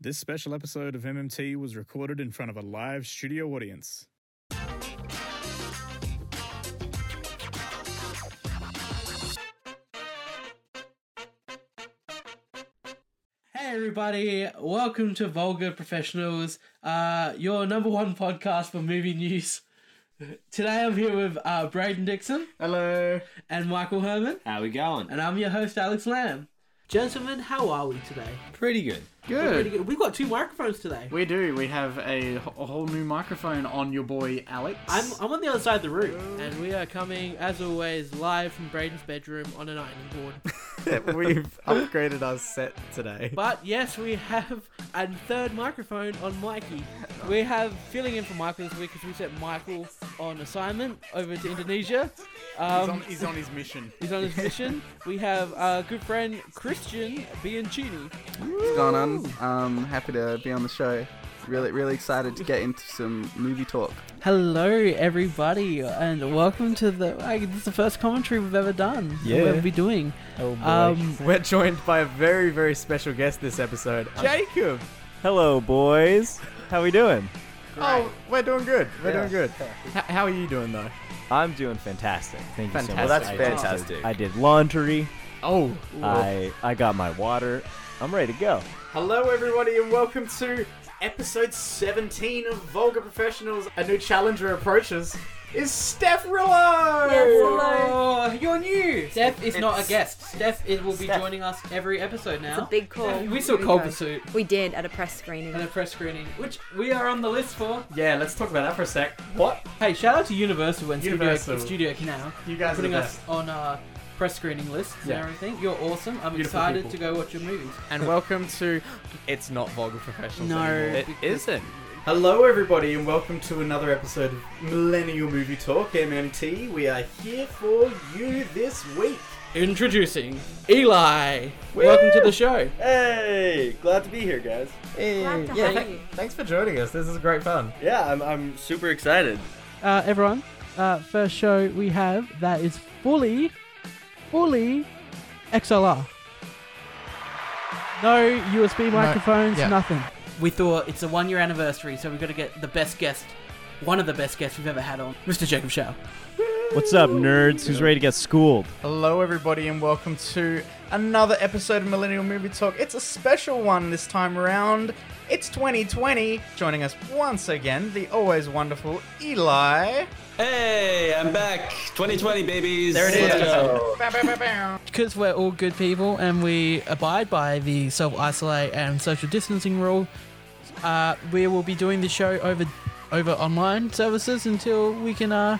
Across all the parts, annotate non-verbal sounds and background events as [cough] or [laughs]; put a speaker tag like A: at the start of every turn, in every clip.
A: This special episode of MMT was recorded in front of a live studio audience.
B: Hey everybody, welcome to Vulgar Professionals, uh, your number one podcast for movie news. Today I'm here with uh, Braden Dixon
C: Hello.
B: and Michael Herman,
D: How we going?
B: and I'm your host Alex Lamb. Gentlemen, how are we today?
D: Pretty good.
B: Pretty
C: Good.
B: good. We've got two microphones today.
C: We do. We have a, wh- a whole new microphone on your boy Alex. [laughs]
B: I'm, I'm on the other side of the room. And we are coming, as always, live from Braden's bedroom on an ironing board.
E: We've upgraded our set today.
B: But yes, we have a third microphone on Mikey.
F: We have filling in for Michael this week because we sent Michael on assignment over to Indonesia.
C: he's, on,
F: Um,
C: he's on his mission.
F: he's on his mission. We have our good friend Christian Bianchini.
G: What's going on? Um, happy to be on the show. Really, really excited to get into some movie talk.
F: Hello, everybody, and welcome to the. Like, this is the first commentary we've ever done. that
E: Yeah.
F: We'll ever be doing.
E: Oh boy.
F: Um,
E: We're joined by a very, very special guest this episode, Jacob.
H: Hello, boys. How we doing?
E: Oh, we're doing good. We're doing good. H- how are you doing though?
H: I'm doing fantastic. Thank you so much.
G: Well, that's
H: I did-
G: fantastic.
H: I did laundry.
C: Oh,
H: I I got my water. I'm ready to go.
C: hello everybody, and welcome to episode 17 of Vulgar Professionals. A new challenger approaches. Is Steph Rillo?
B: Oh, you're new! Steph is not a
C: It's-
B: guest. Steph is, will be joining us every episode now.
I: It's a big [laughs] call.
B: We saw
I: Here
B: Cold
I: go.
B: Pursuit
I: We did at a press screening.
B: and a press screening, which we are on the list for.
C: Yeah, let's talk about that for a sec. What?
B: Hey, shout out to Universal and
C: Universal.
B: Studio, Studio Canal
C: You
B: for
C: guys
B: putting
C: are the
B: us
C: best.
B: on uh, press screening lists
C: Yeah.
B: and everything. You're awesome. I'm
C: Beautiful
B: excited
C: people.
B: to go watch your movies.
C: And welcome to. It's not Vulgar Professionals.
B: No,
C: anymore.
B: because-
C: isn't. Hello, everybody, and welcome to another episode of Millennial Movie Talk MMT. We are here for you this week.
B: Introducing Eli. Welcome to the show.
H: Hey, glad to be here, guys.
I: Glad to
E: yeah,
I: have
E: thank-
I: you.
E: thanks for joining us. This is great fun.
H: Yeah, I'm I'm super excited.
F: Uh, everyone, uh, first show we have that is fully, fully XLR. No USB microphones,
E: yeah.
F: nothing.
B: We thought it's a one year anniversary, so we've got to get the best guest, one of the best guests we've ever had on, Mr. Jacob Shaw.
H: What's up, nerds? Who's ready to get schooled?
C: Hello, everybody, and welcome to another episode of Millennial Movie Talk. It's a special one this time around. It's 2020. Joining us once again, the always wonderful Eli.
D: Hey, I'm back. 2020, babies. There
C: Bow, bow, bow, bow.
B: Because we're all good people and we abide by the self isolate and social distancing rule, uh, we will be doing the show over over online services until we can uh,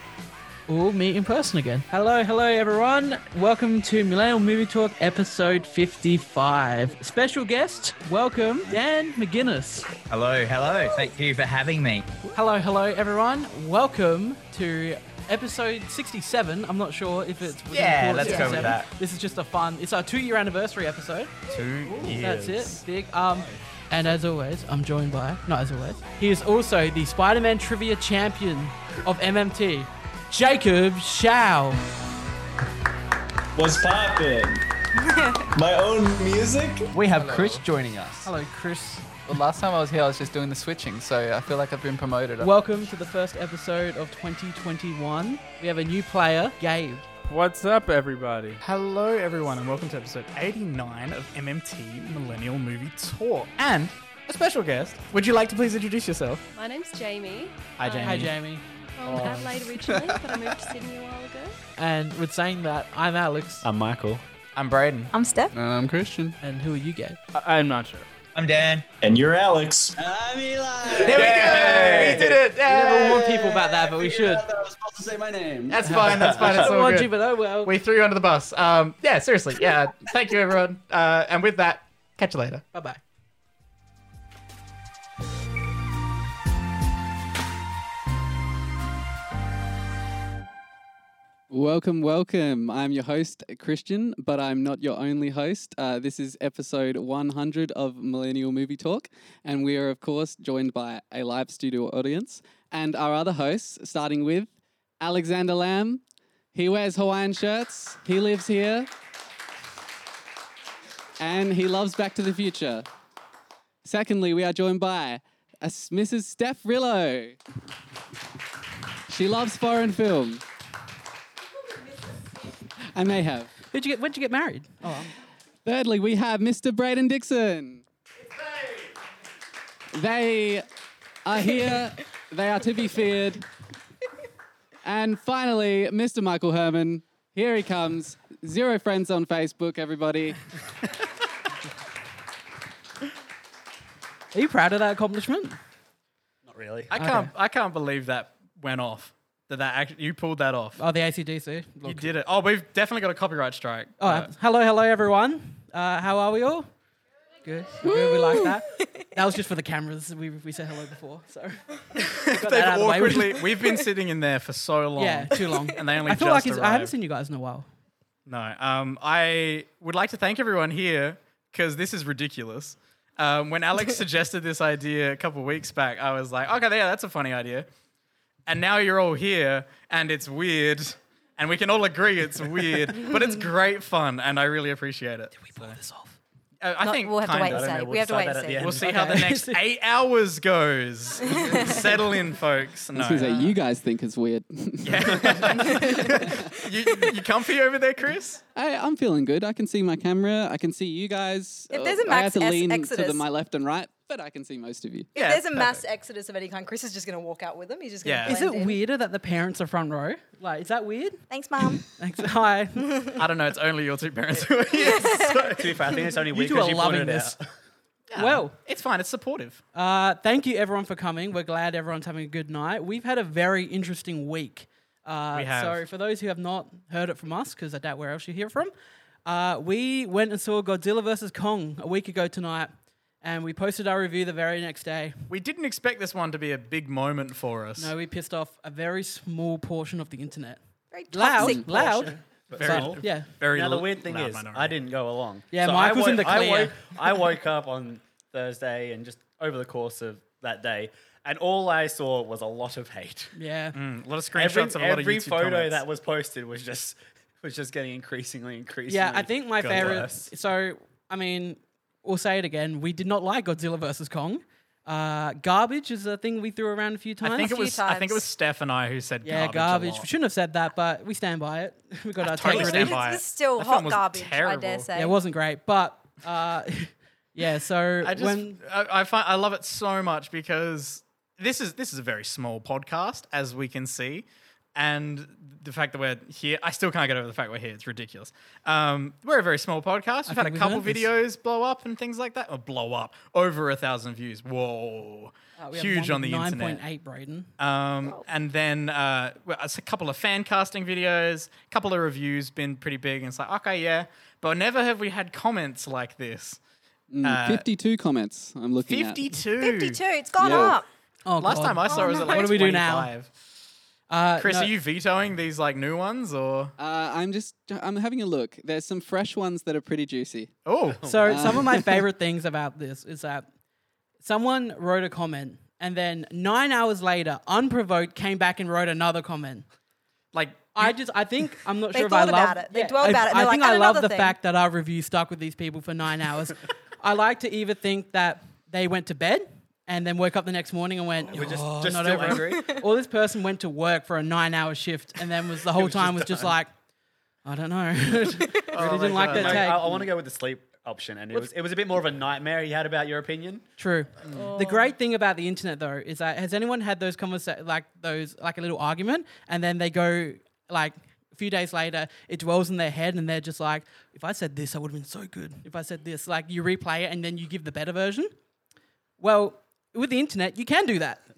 B: all meet in person again. Hello, hello everyone. Welcome to Millennial Movie Talk episode 55. Special guest, welcome Dan McGuinness.
J: Hello, hello. Thank you for having me.
B: Hello, hello everyone. Welcome to episode 67. I'm not sure if it's we can
J: Yeah,
B: call it
J: let's go with
B: 67.
J: that.
B: This is just a fun. It's our 2-year anniversary episode.
J: Two years.
B: That's it. Big. Um, and as always, I'm joined by, not as always, he is also the Spider Man trivia champion of MMT, Jacob Shao.
D: What's
H: [laughs]
D: poppin'? My own music?
J: We have Chris joining us.
B: Hello, Chris.
K: Well, last time I was here, I was just doing the switching, so I feel like I've been promoted.
B: Welcome to the first episode of 2021. We have a new player, Gabe.
E: What's up, everybody?
C: Hello, everyone, and welcome to episode 89 of MMT Millennial Movie Talk. And a special guest. Would you like to please introduce yourself?
I: My name's Jamie.
C: Hi, Jamie.
B: Hi, Jamie.
I: From Adelaide originally, but I moved to Sydney a while ago.
B: And with saying that, I'm Alex.
C: Um,
H: I'm Michael.
C: I'm Braden.
I: I'm Steph.
K: And I'm Christian.
B: And who are you, Gabe?
E: I- I'm not sure.
J: I'm Dan.
H: And you're Alex.
D: I'm Eli.
C: There we go! We did it!
B: We never warn
C: Yay!
B: people about that, but we should.
D: I was supposed to say my name.
C: That's fine, that's fine, it's
B: I
C: all
B: warned you,
C: good.
B: but oh well.
C: We threw you under the bus. Um, yeah, seriously, yeah. Thank you, everyone. Uh, and with that, catch you later.
B: Bye bye.
K: Welcome, welcome. I'm your host, Christian, but I'm not your only host. Uh, this is episode 100 of Millennial Movie Talk, and we are, of course, joined by a live studio audience and our other hosts, starting with Alexander Lamb. He wears Hawaiian shirts, he lives here, and he loves Back to the Future. Secondly, we are joined by a s- Mrs. Steph Rillo. She loves foreign film. I may have.
B: Who'd you get? When'd you get married? Oh,
K: Thirdly, we have Mr. Braden Dixon. They are here. they are to be feared. And finally, Mr. Michael Herman. Here he comes. Zero friends on Facebook, everybody.
B: Are you proud of that accomplishment?
C: Not really.
B: I
C: I
B: can't-
C: can't. I can't believe that went off. That that actually you pulled that off.
B: Oh, the ACDC.
C: You did it. Oh, we've definitely got a copyright strike.
B: Oh, hello, hello, everyone. Uh, how are we all? Good. We're good, We like that. That was just for the cameras. We, we said hello before, so. Got
C: They've
B: that out of the way.
C: awkwardly. we've been sitting in there for so long.
B: Yeah, too long.
C: [laughs] And they only
B: I feel
C: just
B: like it's, I haven't
C: arrived.
B: seen you guys in a while.
C: No. Um, I would like to thank everyone here because this is ridiculous. Um, when
I: [laughs]
C: Alex suggested this idea a couple weeks back, I was like, okay, yeah, that's a funny idea. And now you're all here and it's weird. And we can all
I: [laughs]
C: agree it's weird, but it's great fun and I really appreciate it. Did we pull this off? I
I: Not-
C: think
I: we'll have to
C: kinda.
I: wait and I don't know, see. we'll We have to decide wait that and at the see. end.
C: We'll see how the
I: Okay. [laughs]
C: next eight hours goes. Settle in, folks.
K: I
C: No.
K: was gonna say, you guys think it's weird.
C: you, you comfy over there, Chris?
K: I, I'm feeling good. I can see my camera. I can see you guys.
I: If there's a
K: I have
I: mass
K: to
I: ex-
K: lean to the,
I: exodus-
K: my left and right, but I can see most of you.
I: If there's a mass exodus of any kind, Chris is just going to walk out with them. He's just going to.
B: Is it weirder that the parents are front row? Like, is that weird?
I: Thanks, mom.
B: Thanks. Hi.
C: I don't know. It's only your two parents
B: [laughs]
C: who are here. so-
B: To be fair, I think it's only You
C: we
B: weird two 'cause are you pointed loving it this. out. Well,
C: it's fine. It's supportive.
B: Uh, thank you, everyone, for coming. We're glad everyone's having a good night. We've had a very interesting week. Uh,
C: We have.
B: So, for those who have not heard it from us, because I doubt where else you hear it from, uh, we went and saw Godzilla vs. Kong a week ago tonight, and we posted our review the very next day.
C: We didn't expect this one to be a big moment for us.
B: No, we pissed off a very small portion of the internet.
I: Very
B: loud,
I: toxic
B: loud.
I: portion.
B: but
C: Very-
B: small. yeah.
C: very
H: Now the
C: l-
H: weird thing
C: loud
H: is,
C: minority.
H: I didn't go along.
B: Yeah,
H: I
B: Mike was in
H: woke-
B: the
H: I
B: clear.
H: woke, I woke up on Thursday and just over the course of that day, and all I saw was a lot of hate.
B: Yeah.
C: Mm, a lot
H: [laughs]
C: of
H: Every,
C: screenshots of a lot of
H: every
C: YouTube
H: photo
C: comments.
H: that was posted was just [laughs] was just getting increasingly, increasingly.
B: Yeah, I think my
H: got
B: favorite.
H: worse.
B: So, I mean, we'll say it again. We did not like Godzilla versus Kong. Uh, garbage is a thing we threw around a few times.
C: I think it was. I think it was Steph and I who said
B: Yeah,
C: garbage.
B: garbage.
C: A lot.
B: We shouldn't have said that, but we stand by it. [laughs] we got our
C: totally
B: integrity.
C: stand by It's- it. it's still That hot film was garbage, I dare terrible. say.
B: Yeah, it wasn't great, but uh, [laughs] yeah. So
C: I just,
B: when
C: I, I find I love it so much because this is this is a very small podcast, as we can see, and the fact that we're here, I still can't get over the fact we're here. It's ridiculous. Um, we're a very small podcast. We've had a
B: think we've
C: couple
B: heard this.
C: videos blow up and things like that. Or blow up over a thousand views. Whoa,
B: uh, we have
C: huge
B: one
C: on the
B: with
C: internet.
B: 9.8, Braden.
C: Um, and then uh, well, it's a couple of fan casting videos, a couple of reviews been pretty big. And it's like, okay, yeah. But never have we had comments like this.
K: Mm,
C: Uh,
K: 52 comments I'm looking at.
C: 52.
I: 52. It's gone
K: Yeah.
I: up.
B: Oh,
C: Last
B: God.
C: time I saw it was
B: Oh,
C: at like
B: no. What do we do now?
C: 25.
B: Uh,
C: Chris,
K: no.
C: are you vetoing these like new ones or?
K: Uh, I'm just I'm having a look. There's some fresh ones that are pretty juicy. [laughs]
C: Oh,
B: So some of
C: [laughs]
B: my favorite things about this is that someone wrote a comment and then nine hours later, unprovoked, came back and wrote another comment.
C: Like
B: I just I think I'm not
I: They
B: sure if I
I: thought
B: love
I: about it. They dwelled
B: I-
I: about it and
B: I,
I: they're
B: think
I: like,
B: I
I: "And
B: love the
I: another thing."
B: fact that our review stuck with these people for nine
I: [laughs]
B: hours. I like to either think that they went to bed and then woke up the next morning and went,
H: We're just-
B: "Oh,
H: just
B: not
H: still
B: over it." or this person went to work for a nine-hour shift and then was
H: [laughs]
B: the whole
H: was
B: time
H: just
B: was just
H: done.
B: like, I don't know, [laughs] really
H: Oh my
B: didn't like
H: God.
B: that
H: Mate,
B: take.
H: I, want to go with the sleep option, and it was it was a bit more of a nightmare he had about your opinion.
B: True.
H: Mm.
B: The great thing about the internet though is that has anyone had those conversa- like those like a little argument and then they go like a few days later it dwells in their head and they're just like if I said this I would have been so good. If I said this like you replay it and then you give the better version. Well, with the internet you can do that. [laughs]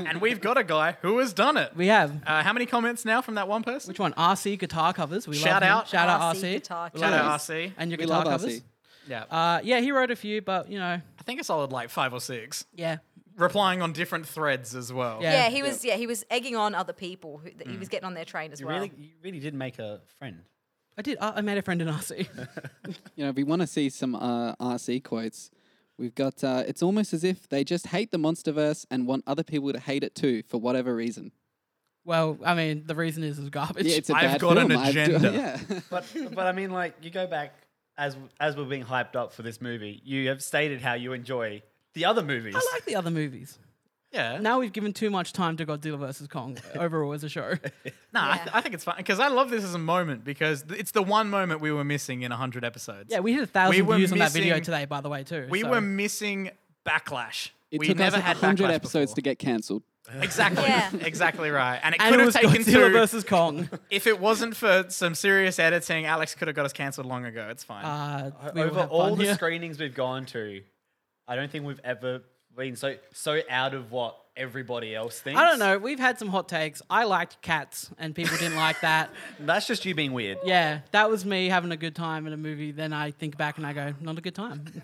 C: and we've got a guy who has done it.
B: We have.
C: Uh, how many comments now from that one person?
B: Which one? RC guitar covers. We love
C: Shout
B: him.
C: out.
B: Shout out
C: RC
B: RC.
C: guitar
B: We
C: Shout
B: love
C: out
B: him.
C: RC.
B: And your
C: We
B: guitar
C: love
B: covers.
C: RC. Yeah.
B: Uh, yeah, he wrote a few, but you know.
C: I think a solid like five or six.
B: Yeah.
C: Replying on different threads as well.
I: Yeah. he was. Yeah, he was egging on other people. Who, that He was getting on their train as
H: You
I: well.
H: really, you really did make a friend.
B: I did. I I made a friend in RC.
K: You know, if we want to see some uh, RC quotes, we've got uh, it's almost as if they just hate the MonsterVerse and want other people to hate it too for whatever reason.
B: [laughs] well, I mean, the reason is it's garbage.
K: Yeah, it's a I've bad got an film. I've do- agenda. [laughs] yeah.
H: but but I mean, like you go back as as we're being hyped up for this movie, you have stated how you enjoy the other movies.
B: I like the other movies.
H: Yeah.
B: Now we've given too much time to Godzilla vs Kong [laughs] overall as a show.
C: Nah, I, th- I think it's fun because I love this as a moment because th- it's the one moment we were missing in hundred episodes.
B: yeah, we hit a thousand
C: were
B: views on that video
C: missing-
B: today, by the way, too.
C: We
B: so-
C: were missing backlash.
K: It
C: we
K: took
C: never
K: us
C: had
K: 100
C: backlash.
K: episodes to get cancelled. [laughs]
C: before. Exactly, exactly right. And it
B: And
C: could
B: it
C: have
B: was
C: taken
B: Godzilla
C: two.
B: versus [laughs] Kong.
C: If it wasn't for some serious editing, Alex could have got us cancelled long ago. It's fine.
B: Uh,
H: Over all the screenings we've gone to, I don't think we've ever been so so out of what everybody else thinks.
B: I don't know. We've had some hot takes. I liked cats, and people didn't like [laughs] that.
H: That's just you being weird.
B: Yeah, that was me having a good time in a movie. Then I think back and I go, not a good [laughs] time.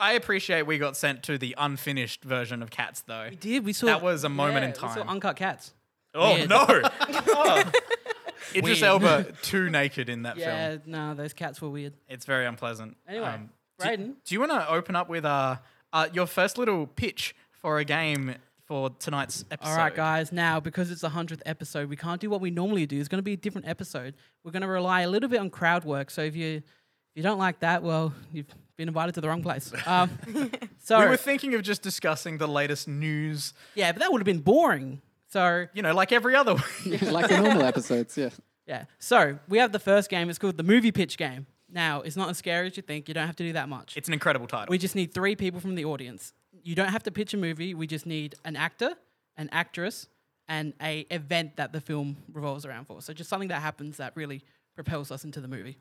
C: I appreciate we got sent to the unfinished version of Cats, though. We
B: did. We saw
C: that was a moment
B: Yeah,
C: in time.
B: We saw uncut cats.
C: oh
B: Weird.
C: no!
B: [laughs]
C: oh. Idris
B: Weird.
C: Elba too naked in that film. um,
B: Yeah, no, those cats were weird.
C: It's very unpleasant.
B: Anyway,
C: do-
B: Brayden.
C: do you want to open up with uh, uh, your first little pitch for a game for tonight's episode?
B: All right, guys. Now, because it's the hundredth episode, we can't do what we normally do. It's going to be a different episode. We're going to rely a little bit on crowd work. So if you if you don't like that, well, you've been invited to the wrong
C: [laughs]
B: place. Um, so
C: we were thinking of just discussing the latest news.
B: Yeah, but that would have been boring. So
C: you know, like every other [laughs] week.
K: like the normal episodes, yeah.
B: Yeah. So we have the first game. It's called the movie pitch game. Now, it's not as scary as you think. You don't have to do that much.
C: It's an incredible title.
B: We just need three people from the audience. You don't have to pitch a movie. We just need an actor, an actress, and a event that the film revolves around for. So just something that happens that really propels us into the movie.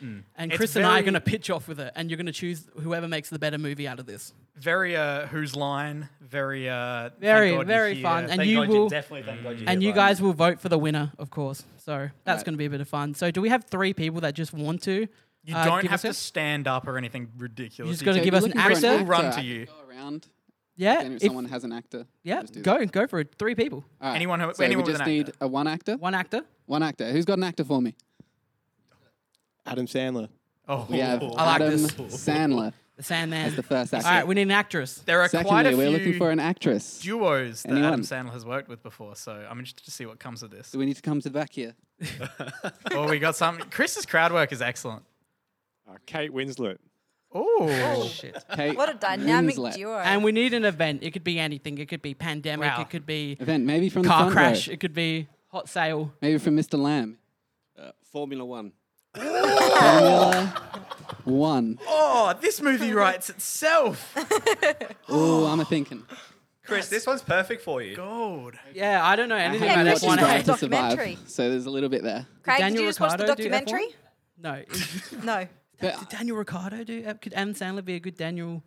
B: And
C: Mm. It's
B: Chris and I are
C: very-
B: going to pitch off with it, and you're going to choose whoever makes the better movie out of this.
C: very uh, whose line? Very uh, thank
B: Very,
C: God you're
B: very
C: here.
B: fun, and you will and you guys will vote for the winner, of course. So that's
C: Right.
B: going to be a bit of fun. So do we have three people that just want to?
C: You
B: uh,
C: don't
B: give
C: have
B: us
C: to stand up or anything ridiculous.
B: just gotta
C: can-
B: give us an
C: Chris
B: actor.
C: will run
B: actor.
C: to you.
K: Go around.
B: Yeah,
K: Then if,
B: if-
K: someone has an actor.
B: Yeah,
K: just do
B: go go for it. Three people.
K: All right,
C: Anyone who-
K: so
C: anyone
K: we
C: with
K: just
C: an
K: need a one actor.
B: One actor.
K: One actor. Who's got an actor for me?
L: Adam Sandler.
C: Oh,
K: We have
B: I like
K: Adam
B: this.
K: Sandler.
B: The Sandman.
K: As the first actor.
B: All right, we need an actress.
C: There are
K: Secondly,
C: quite a
K: we're looking
C: few
K: for an actress.
C: duos that
K: Anyone?
C: Adam Sandler has worked with before, so I'm interested to see what comes of this.
K: Do we need to come to the
B: [laughs]
K: back here?
C: oh, we got something. Chris's crowd work is excellent.
L: Kate Winslet.
C: Oh,
B: shit.
I: What a dynamic duo.
B: And we need an event. It could be anything. It could be pandemic.
K: Wow.
B: It could be
K: Event, maybe from the
B: car
K: front row.
B: crash. It could be hot sale.
K: Maybe from Mr. Lamb.
L: Uh, Formula One.
K: Formula One.
C: Oh, this movie writes
B: [laughs]
C: itself.
K: Oh, I'm a thinking.
H: Chris, this one's perfect for you.
C: Gold.
B: Yeah, I don't know
K: I
B: anything
K: haven't
B: about
K: watched
B: this one. [laughs]
K: Drive to
B: documentary.
K: Survive, so there's a little bit there.
I: Craig, did
B: Daniel
I: you just watch the
B: Ricciardo do F1?
I: documentary?
B: No.
I: no.
B: Did Daniel Ricardo do? uh, Could Adam Sandler be a good Daniel?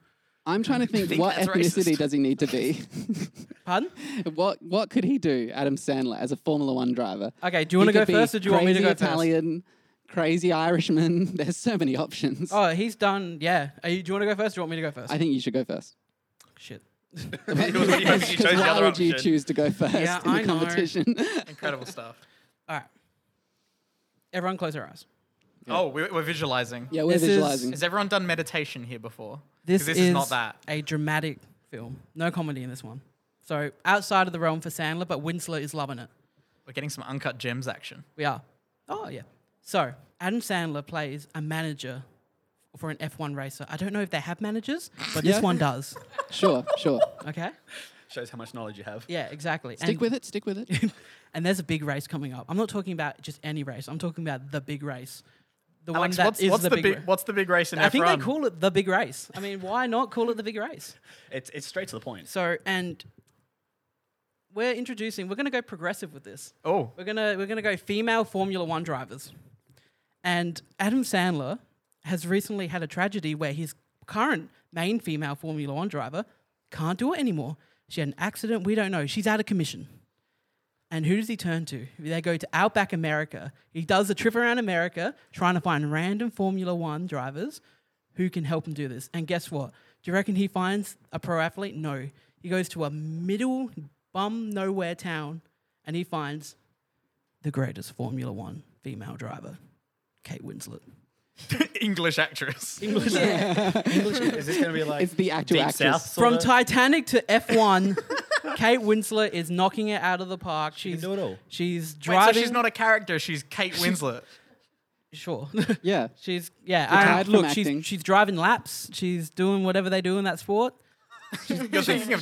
K: I'm trying
B: [laughs]
K: to think,
B: think
K: what
B: that's
K: ethnicity
B: racist?
K: does he need to be? [laughs]
B: Pardon?
K: What What could he do, Adam Sandler, as a Formula One driver?
B: Okay, do you wanna
K: He could
B: go
K: be
B: first or do you want me to
K: crazy
B: go first?
K: Italian, crazy Irishman. [laughs] There's so many options.
B: Oh, he's done. Yeah. Are you, do you want to go first? Or do you want me to go first?
K: I think you should go first.
B: Shit.
K: [laughs] Because why would you choose to go first
B: Yeah,
K: in the
B: I know.
K: competition?
C: Incredible stuff.
B: All right. Everyone close their eyes.
C: Oh, we're, we're visualizing.
K: [laughs] Yeah, we're This is- visualizing.
C: has everyone done meditation here before? 'Cause
B: This,
C: is not that.
B: a dramatic film. No comedy in this one. So outside of the realm for Sandler, but Winslet is loving it.
C: We're getting some uncut gems action.
B: We are. Oh, yeah. So Adam Sandler plays a manager for an F1 racer. I don't know if they have managers, but
K: Yeah.
B: this one does.
K: sure,
H: [laughs]
K: sure.
B: Okay?
H: Shows how much knowledge you have.
B: Yeah, exactly.
K: Stick with it, stick with it.
B: and there's a big race coming up. I'm not talking about just any race. I'm talking about the big race. The one
C: Alex,
B: that
C: what's-
B: is
C: what's
B: the
C: the
B: big,
C: big-
B: ra-
C: what's the big race in
B: I think
C: F1?
B: they call it the big race. I mean, why not call it the big race?
H: [laughs] It's it's straight to the point.
B: So, and we're introducing. We're going to go progressive with this.
C: Oh.
B: we're gonna we're gonna go female Formula One drivers. And Adam Sandler has recently had a tragedy where his current main female Formula One driver can't do it anymore. She had an accident. We don't know. She's out of commission. And who does he turn to? They go to Outback America. He does a trip around America trying to find random Formula One drivers who can help him do this. And guess what? Do you reckon he finds a pro athlete? No. He goes to a middle bum nowhere town and he finds the greatest Formula One female driver, Kate Winslet.
C: [laughs] English actress.
B: English.
H: English. Is this gonna be [laughs] like
K: It's the actual
H: Deep
K: actress.
H: South
B: From
H: sorta?
B: Titanic to F1, [laughs] Kate Winslet is knocking it out of the park. She's
H: do it all.
B: She's
C: Wait,
B: driving.
C: so she's not a character. She's
B: [laughs]
C: Kate Winslet. [laughs]
B: Sure.
K: Yeah.
B: She's yeah.
K: Retired
B: and
K: from
B: look,
K: acting.
B: she's she's driving laps. She's doing whatever they do in that sport.
C: You're thinking of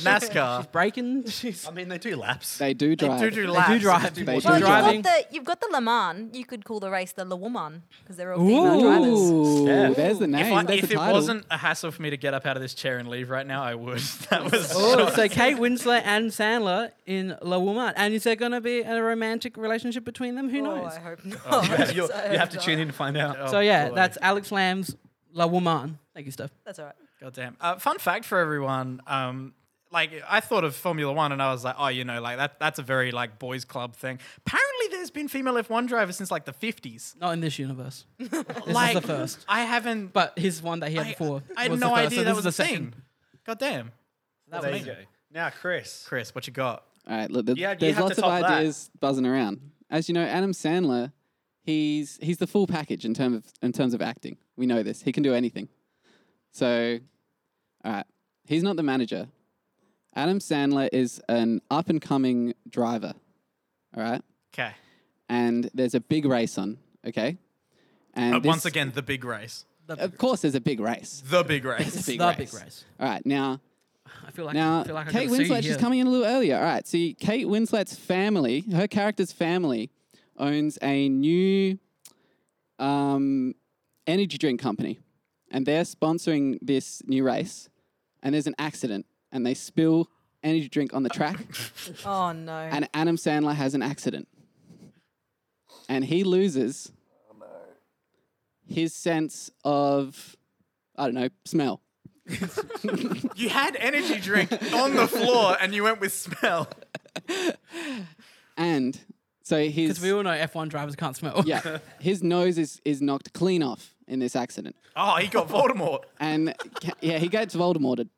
B: [laughs]
C: NASCAR.
B: She's breaking.
H: I mean, they do laps.
K: They do drive.
C: do laps.
K: They do drive.
C: They
K: They
C: do
K: do
I: Well, you've
K: driving.
I: got, the, you've got the Le Mans. You could call the race the Le Woman because they're all female drivers.
K: Ooh,
H: Yeah.
K: there's the name.
H: If, I,
K: That's
H: if
K: the
H: it
K: title.
H: wasn't a hassle for me to get up out of this chair and leave right now, I
C: [laughs]
H: would. That was.
B: [laughs] Oh, so Kate Winslet and Sandler in La Woman. And is there going to be a romantic relationship between them? Who knows?
I: I hope not.
H: Oh,
I: [laughs]
H: you, you have to tune in to find out.
B: so yeah,
H: boy.
B: that's Alex Lamb's La Woman. Thank you, Steph.
I: That's all right.
C: Goddamn. Uh, fun fact for everyone. Um, like I thought of Formula One, and I was like, oh, you know, like that. That's a very like boys' club thing. Apparently, there's been female F1 drivers since like the 50s.
B: Not in this
C: [laughs]
B: universe. this
C: like
B: is the first.
C: I haven't.
B: But his one that he had
C: I-
B: before.
C: I had
B: was
C: no
B: the first,
C: idea
B: so
C: that
B: this
C: was
B: is the
C: a thing.
B: second.
C: Goddamn.
H: That
C: That's
H: was
C: amazing.
H: easy. Now, Chris.
C: Chris, what you got?
K: All right, look, th-
H: You have- you
K: there's
H: have to
K: lots of
H: top that.
K: ideas buzzing around. As you know, Adam Sandler, he's he's the full package in terms of in terms of acting. We know this. He can do anything. So, all right, he's not the manager. Adam Sandler is an up and coming driver. All right,
C: Okay.
K: and there's a big race on. Okay, and
C: Uh, once
K: this-
C: again, the big race.
K: of course, there's a big race.
C: The big race.
K: It's a big
B: The
K: race.
B: big race.
K: All right, now
B: I feel like
K: now,
B: I feel like
K: Kate
B: I gotta sue you
K: Winslet, she's
B: here.
K: coming in a little earlier. All right, so Kate Winslet's family, her character's family, owns a new um, energy drink company, and they're sponsoring this new race. And there's an accident, and they spill energy drink on the
B: [laughs]
K: track,
I: Oh no.
K: and Adam Sandler has an accident, and he loses his sense of, I don't know, smell.
C: [laughs] You had energy drink on the floor, and you went with smell.
K: And so his
B: Because we all know F1 drivers can't smell.
K: yeah, his nose is, is knocked clean off in this accident,
C: Oh, he got Voldemort.
K: and ca- yeah, he gets Voldemorted.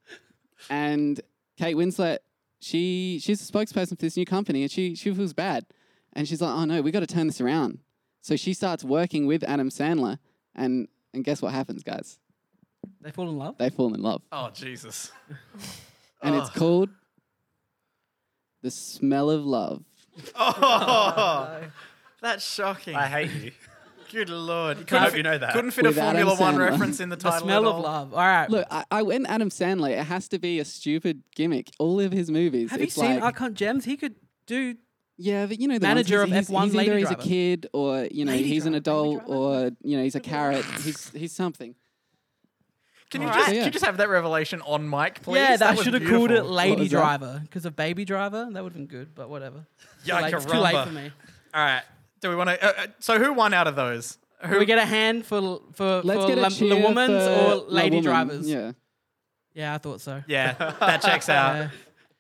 K: And Kate Winslet, she she's a spokesperson for this new company, and she she feels bad, and she's like, oh no, we got to turn this around. So she starts working with Adam Sandler, and and guess what happens, guys?
B: [laughs] They fall in love.
K: They fall in love,
C: Oh Jesus.
K: and it's
B: Oh.
K: called the smell of love.
C: Oh, that's shocking.
H: I hate you.
C: Good lord.
H: I hope you know that.
C: Couldn't fit a
K: With Adam
C: Formula One
K: Sandler.
C: reference in the
B: The
C: title.
B: smell
C: at
B: of
C: all.
B: love. All right.
K: Look, I, I went Adam Sandler. It has to be a stupid gimmick. All of his movies.
B: Have you
K: it's
B: seen
K: like,
B: Archon Gems? He could do.
K: Yeah, but you know the
B: Manager
K: ones,
B: of
K: he's, he's-
B: F1
K: he's either
B: lady
K: he's a
B: driver.
K: kid or you know
B: Lady
K: he's an adult or you know he's a carrot. he's he's something.
C: Can you
K: All
C: just
K: right.
C: can
K: Yeah.
C: you just have that revelation on mic, please?
B: Oh, yeah, that,
C: was
B: should have called it
C: beautiful.
K: What
B: Lady
K: was that?
B: Driver because of Baby Driver. That would have been good, but whatever. It's too
C: Yaka
B: late- it's too late
C: rumba.
B: for me.
C: All right. Do we want to? Uh, uh, so who won out of those?
B: Can
C: Who?
B: we get a hand for for,
K: Let's
B: for
K: get a
B: lum-
K: cheer
B: the women's
K: for
B: or
K: La
B: lady
K: Woman.
B: drivers? [laughs]
K: Yeah,
B: Yeah, I thought so.
C: yeah, that
B: [laughs]
C: checks out.
B: Yeah.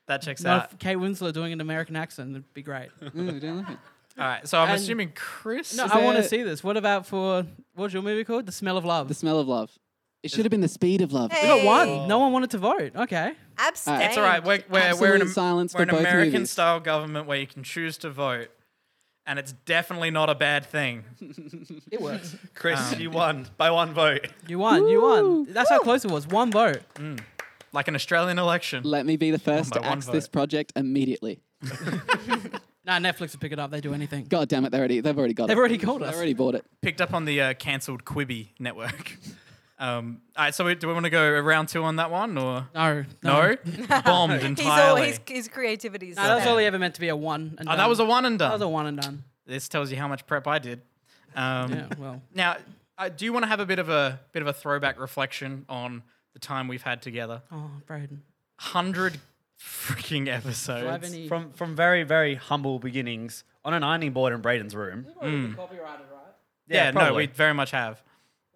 C: That checks
B: Not
C: out.
B: if Kate Winslet doing an American accent would be
C: [laughs]
B: great.
K: Mm, don't like it.
C: All right. So I'm
B: and-
C: assuming Chris.
B: No,
K: Is
B: I want to
K: there-
B: see this. What about for what's your movie called? The Smell of Love.
K: The smell of love. It should have been the speed of love.
B: We
I: Hey,
B: got one. No one wanted to vote. Okay.
I: Abstain.
C: It's all right. We're we're, we're in
K: Absolute silence
C: we're
K: for
C: an
K: both
C: American
K: movies.
C: style government where you can choose to vote, and it's definitely not a bad thing. Um,
B: It works.
H: [laughs] Chris, you won by one vote.
B: [laughs] You won. You won. That's how close it was. One vote.
C: Like an Australian election.
K: Let me be the first
C: by
K: to
C: one
K: axe this
C: vote.
K: project immediately.
B: Nah, Netflix will pick it up. They do anything.
K: God damn it! They already they've already got
B: They've
K: it.
B: already called
K: They
B: us.
K: already bought it.
C: picked up on the uh, cancelled Quibi network. [laughs] Um, all right, so we, do we want to go round two on that one or
B: No. No.
C: no?
B: [laughs]
C: Bombed
I: He's all,
C: entirely.
I: his, his creativity is.
B: Nah, that was only ever meant to be a one. And
C: oh, that
B: done.
C: was a one and
B: That
C: done.
B: was a one and done.
C: this tells you how much prep I did. Um,
B: Yeah. Well.
C: Now, uh, do you want to have a bit of a bit of a throwback reflection on the time we've had together?
B: [laughs] Oh, Braden.
C: Hundred freaking [laughs]
B: Do I have
C: episodes.
B: any?
H: From from very very humble beginnings on an ironing board in Braden's room.
B: Copyrighted, right?
C: Yeah, no,
H: probably.
C: we very much have.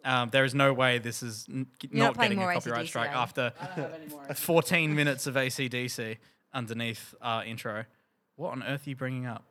C: Um, there is no way this is n-
I: You're not
C: not
I: playing
C: getting
I: more
C: a copyright
I: AC/DC
C: strike
I: today.
C: after [laughs] 14 minutes of ACDC underneath our intro. What on earth are you bringing up?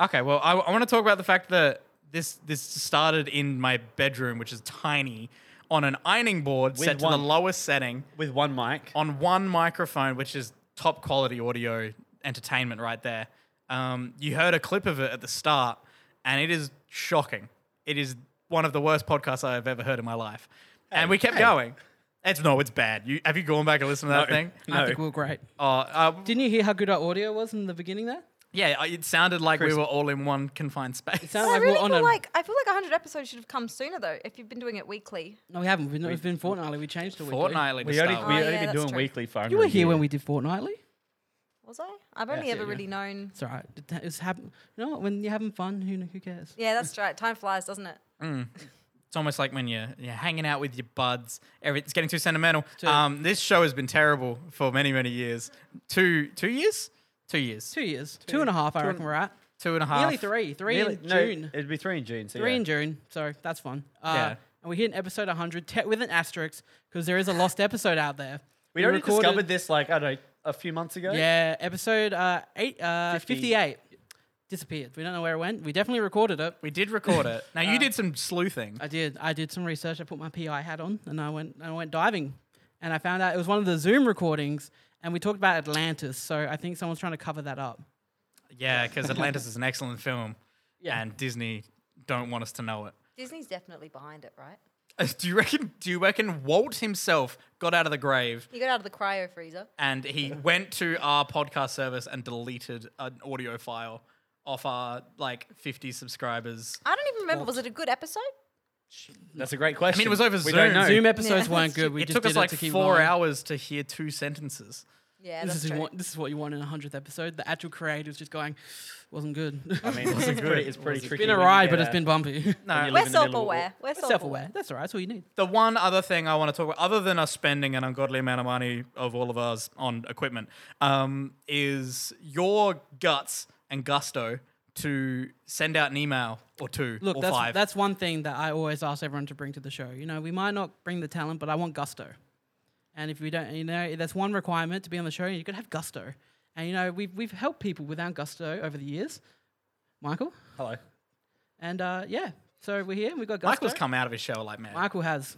C: Okay, well, I, I want to talk about the fact that this this started in my bedroom, which is tiny, on an ironing board set to
H: one-
C: the lowest setting
H: with one mic.
C: on one microphone, which is top quality audio entertainment right there. Um, you heard a clip of it at the start, and it is shocking. It is one of the worst podcasts I have ever heard in my life. and we kept going. It's no, it's bad. You [laughs] have you gone back and listened to that thing?
B: I think we we're great.
C: Oh, uh,
B: Didn't you hear how good our audio was in the beginning there?
C: Yeah, I- it sounded like
B: Chris-
C: we were all in one confined space. It
I: I really feel like I feel like 100 episodes should have come sooner though. If you've been doing it weekly,
B: No, we haven't. We've, not- we've been fortnightly. We changed to weekly.
C: Fortnightly to We only- start we with. only Oh, yeah, been that's doing true. weekly for
B: You
C: under
B: were
C: a
B: here
C: year.
B: when we did fortnightly.
I: was I? I've only
B: Yeah,
I: ever
B: yeah.
I: really known.
B: It's all right. It- It's happen- you know what? When you're having fun, who, kn- who cares?
I: Yeah, that's right. Time flies, doesn't it?
C: Mm. It's almost like when you're, you're hanging out with your buds. Every, it's getting too sentimental. Um, this show has been terrible for many, many years. Two, two years? Two years.
B: Two years. Two and a half, I
C: Two and-
B: reckon we're at.
C: Two and a half.
B: Nearly three. Three
H: Nearly-
B: in
H: no,
B: June.
H: it'd be three in June. So
B: Three
H: yeah.
B: in June. So that's fun. Uh,
H: Yeah.
B: And we hit an episode 100 te- with an asterisk because there is a lost episode out there.
H: We already discovered this like I don't know a few months ago.
B: Yeah, episode uh, eight, uh, 58 disappeared. We don't know where it went. We definitely recorded it.
C: We did record it. Now, you did some sleuthing.
B: I did. I did some research. I put my PI hat on and I went I went diving, and I found out it was one of the Zoom recordings, and we talked about Atlantis. So I think someone's trying to cover that up.
C: Yeah, because Atlantis is an excellent film.
B: Yeah.
C: And Disney don't want us to know it.
I: Disney's definitely behind it, right?
C: Uh, Do you reckon? Do you reckon Walt himself got out of the grave
I: You got out of the cryo freezer.
C: and he went to our podcast service and deleted an audio file off our like 50 subscribers?
I: I don't even remember. Was it a good episode?
H: That's a great
C: I
H: question.
C: mean, it was over
H: We
C: Zoom.
H: don't know.
B: Zoom episodes weren't good. We
C: it
B: just
C: took
B: did
C: us
B: it
C: like
B: to keep
C: four
B: going.
C: hours to hear two sentences.
I: Yeah,
B: this
I: that's
B: is
I: true.
B: what this is what you want in a hundredth episode. The actual creator's just going, wasn't good. I [laughs]
H: mean, it's good.
B: pretty,
H: It's pretty tricky
B: It's been
H: when
B: a
H: you
B: ride,
H: get
B: but it's
H: a-
B: been bumpy. [laughs]
C: No. When you
I: We're self-aware. We're
B: self-aware. That's all right. That's all you need.
C: The one other thing I want to talk about, other than us spending an ungodly amount of money of all of ours on equipment, um, is your guts and gusto to send out an email or two
B: Look,
C: or
B: that's
C: five.
B: that's one thing that I always ask everyone to bring to the show. You know, we might not bring the talent, but I want gusto. And if we don't, you know, that's one requirement to be on the show. You got to have gusto. And you know, we've we've helped people without gusto over the years. Michael
H: Hello.
B: and uh, yeah, so we're here. and We've got gusto.
C: Michael's come out of his shell like mad.
B: Michael has.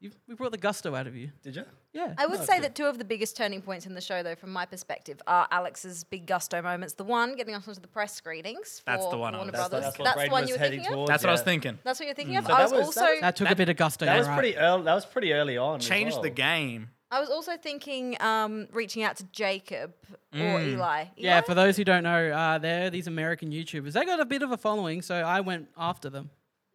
B: You, we brought the gusto out of you.
H: Did Oh, you?
B: Yeah.
I: I would say that two of the biggest turning points in the show, though, from my perspective, are Alex's big gusto moments. The one getting us onto the press screenings. For
C: That's the one I
I: Warner
C: was- That's the-
I: Brothers.
C: that's what
I: That's,
C: Braden
I: the one
C: was
I: you were
C: heading
I: thinking of.
C: towards, That's what I was yeah. thinking.
I: That's what you're thinking
C: Mm.
I: of.
H: So
I: I
H: that
I: was,
H: was-
I: also
H: that was-
B: That took a bit of gusto.
H: That
B: yeah,
H: was
B: right.
H: pretty early. That was pretty early on. as
C: Changed the
H: well.
C: game.
I: I was also thinking um, reaching out to Jacob or
B: Mm.
I: Eli.
B: Yeah, for those who don't know, uh, they're these American YouTubers. They got a bit of a following, so I went after them.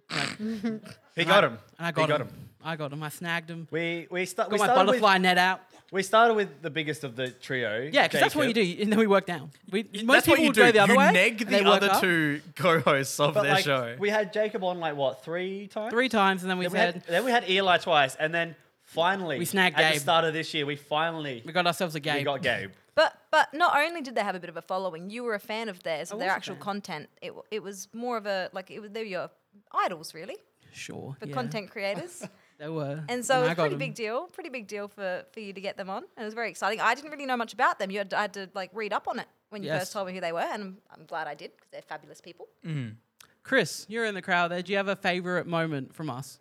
H: He
B: And
H: got
B: I-
H: him.
B: And I
H: He
B: got,
H: got
B: him. I got him. I snagged him.
H: We we, sta-
B: got
H: we
B: my
H: started
B: butterfly
H: with,
B: net out.
H: We started with the biggest of the trio.
B: Yeah, because that's what you
H: Jacob.
B: do, and then we work down. We, most
C: that's
B: people
C: what you
B: would
C: do.
B: go the other
C: you
B: way.
C: neg
B: and they
C: the
B: work
C: other
B: up.
C: two [laughs] co-hosts of
H: But
C: their
H: like,
C: show.
H: we had Jacob on like what three times?
B: Three times, and then we
H: Then we
B: said
H: had, then we had Eli twice, and then finally
B: We snagged
H: at
B: Gabe.
H: the start of this year. We finally
B: we got ourselves a
H: We
B: Gabe.
H: got Gabe.
I: But but not only did they have a bit of a following, you were a fan of theirs,
B: I
I: of their
B: was a
I: actual
B: fan.
I: content. It w- it was more of a like it was they were your idols really
B: sure.
I: for
B: yeah.
I: content creators.
B: They were,
I: And so it was
B: I
I: a
B: got
I: pretty
B: him.
I: big deal, pretty big deal for, for you to get them on, and it was very exciting. I didn't really know much about them. You had, I had to like read up on it when you
B: Yes.
I: first told me who they were, and I'm, I'm glad I did because they're fabulous people.
B: Chris, you're in the crowd there. Do you have a favorite moment from us?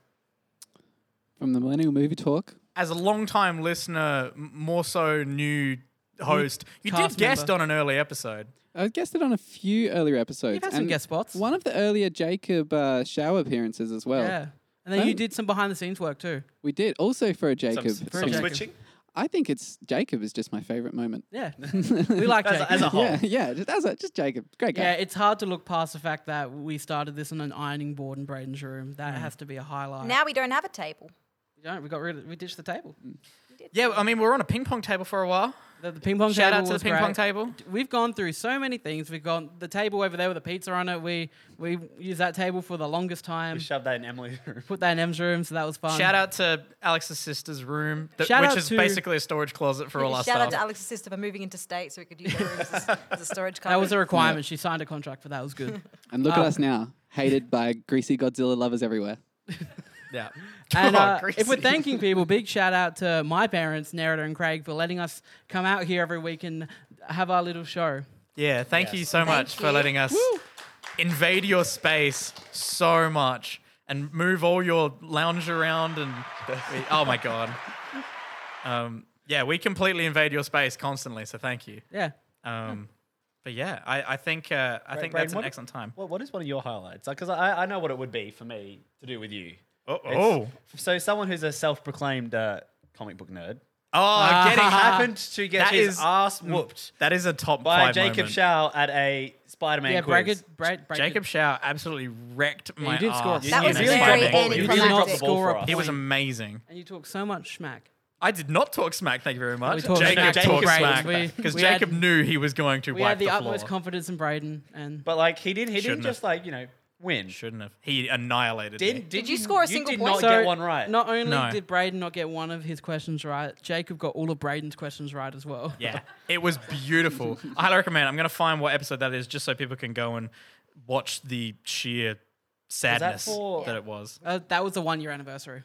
K: From the Millennial Movie Talk.
C: As a long-time listener, m- more so new host, you did
K: cast
C: guest
K: member.
C: on an early episode.
K: I guested on a few earlier episodes.
B: You've had some guest spots.
K: One of the earlier Jacob uh, shower appearances as well.
B: yeah, and then you
K: Oh.
B: did some behind the scenes work too.
K: We did also for a Jacob.
B: for a Some Jacob. switching?
K: I think it's Jacob is just my favorite moment. [laughs]
B: Yeah, we like
K: As a-
B: Jacob
K: as a
H: [laughs]
K: whole. Yeah, yeah, just as a- just Jacob. Great guy.
B: Yeah, it's hard to look past the fact that we started this on an ironing board in Braden's room. That has to be a highlight.
I: Now we don't have a table.
B: we don't. We got rid. Of, we ditched the table.
C: Yeah, I mean, we were on a ping pong table for a while.
B: The, the ping pong
C: Shout
B: table
C: out to the
B: was
C: ping pong
B: great.
C: table.
B: We've gone through so many things. We've gone the table over there with the pizza on it. We we used that table for the longest time.
H: We shoved that in Emily's room.
B: Put that in M's room, so that was fun.
C: Shout out to Alex's sister's room, th-
B: Shout
C: which
B: out
C: is
B: to-
C: basically a storage closet for all our
I: Shout out
C: stuff.
I: to Alex's sister for moving into state so we could use her room as,
C: [laughs]
I: a- as a storage cupboard.
B: That
I: [laughs]
B: was a requirement. She signed a contract for that. It was good. [laughs]
K: And look at
B: Um,
K: us now, hated by greasy Godzilla
H: [laughs]
K: lovers everywhere.
C: Yeah.
B: And
K: Oh,
B: uh, if
K: greasy.
B: we're thanking people, big shout out to my parents, Nerida and Craig, for letting us come out here every week and have our little show.
C: Yeah, thank you so
B: Thank
C: much for
B: you.
C: letting us
B: Woo.
C: invade your space so much and move all your lounge
B: [laughs]
C: around and we- oh my god. Um, yeah, we completely invade your space constantly, so thank you.
B: Yeah.
C: Um, but yeah, I, I think uh, I
H: Bra- Braden,
C: think that's an
H: what-
C: excellent time.
H: What, what is one of your highlights? Because I, I know what it would be for me to do with you.
C: Oh,
H: It's-
C: oh.
H: so someone who's a self-proclaimed uh, comic book nerd. Oh, getting
B: [laughs]
H: happened to get
C: That
H: his
C: is-
H: ass whooped.
C: That is a top
H: by
C: five
H: Jacob
C: moment.
H: Shaw at a Spider-Man
C: Yeah,
H: quiz.
C: break it-
B: break,
C: Jacob Shaw absolutely wrecked
H: Yeah,
C: my
H: you did score a
C: ass.
H: point. That
C: in
H: was
C: that
H: very
C: Spider-Man
H: anticlimactic.
C: movie.
H: You did not score a
C: He was
H: point.
C: amazing.
B: And you talk so much smack.
C: I did not talk smack, thank you very much.
B: We talked
C: Jacob
B: smack.
C: talked
B: Right.
C: smack.
B: We-
C: Because
B: we had-
C: Jacob knew he was going to
B: we
C: wipe
B: had the,
C: the floor.
B: utmost confidence in Braden, and
H: but like he did, he didn't
C: Shouldn't
H: just
C: have.
H: like you know win.
C: Shouldn't have. He annihilated
H: Did-
C: me.
H: did Did you you- score a you single did point? not get one right.
B: Not only
C: No.
B: did Braden not get one of his questions right, Jacob got all of Braden's questions right as well.
C: Yeah, it
B: [laughs]
C: was beautiful. I highly recommend. I'm going to find what episode that is just so people can go and watch the sheer sadness that,
B: for-
C: it was.
B: [laughs] Uh, that was the one year anniversary.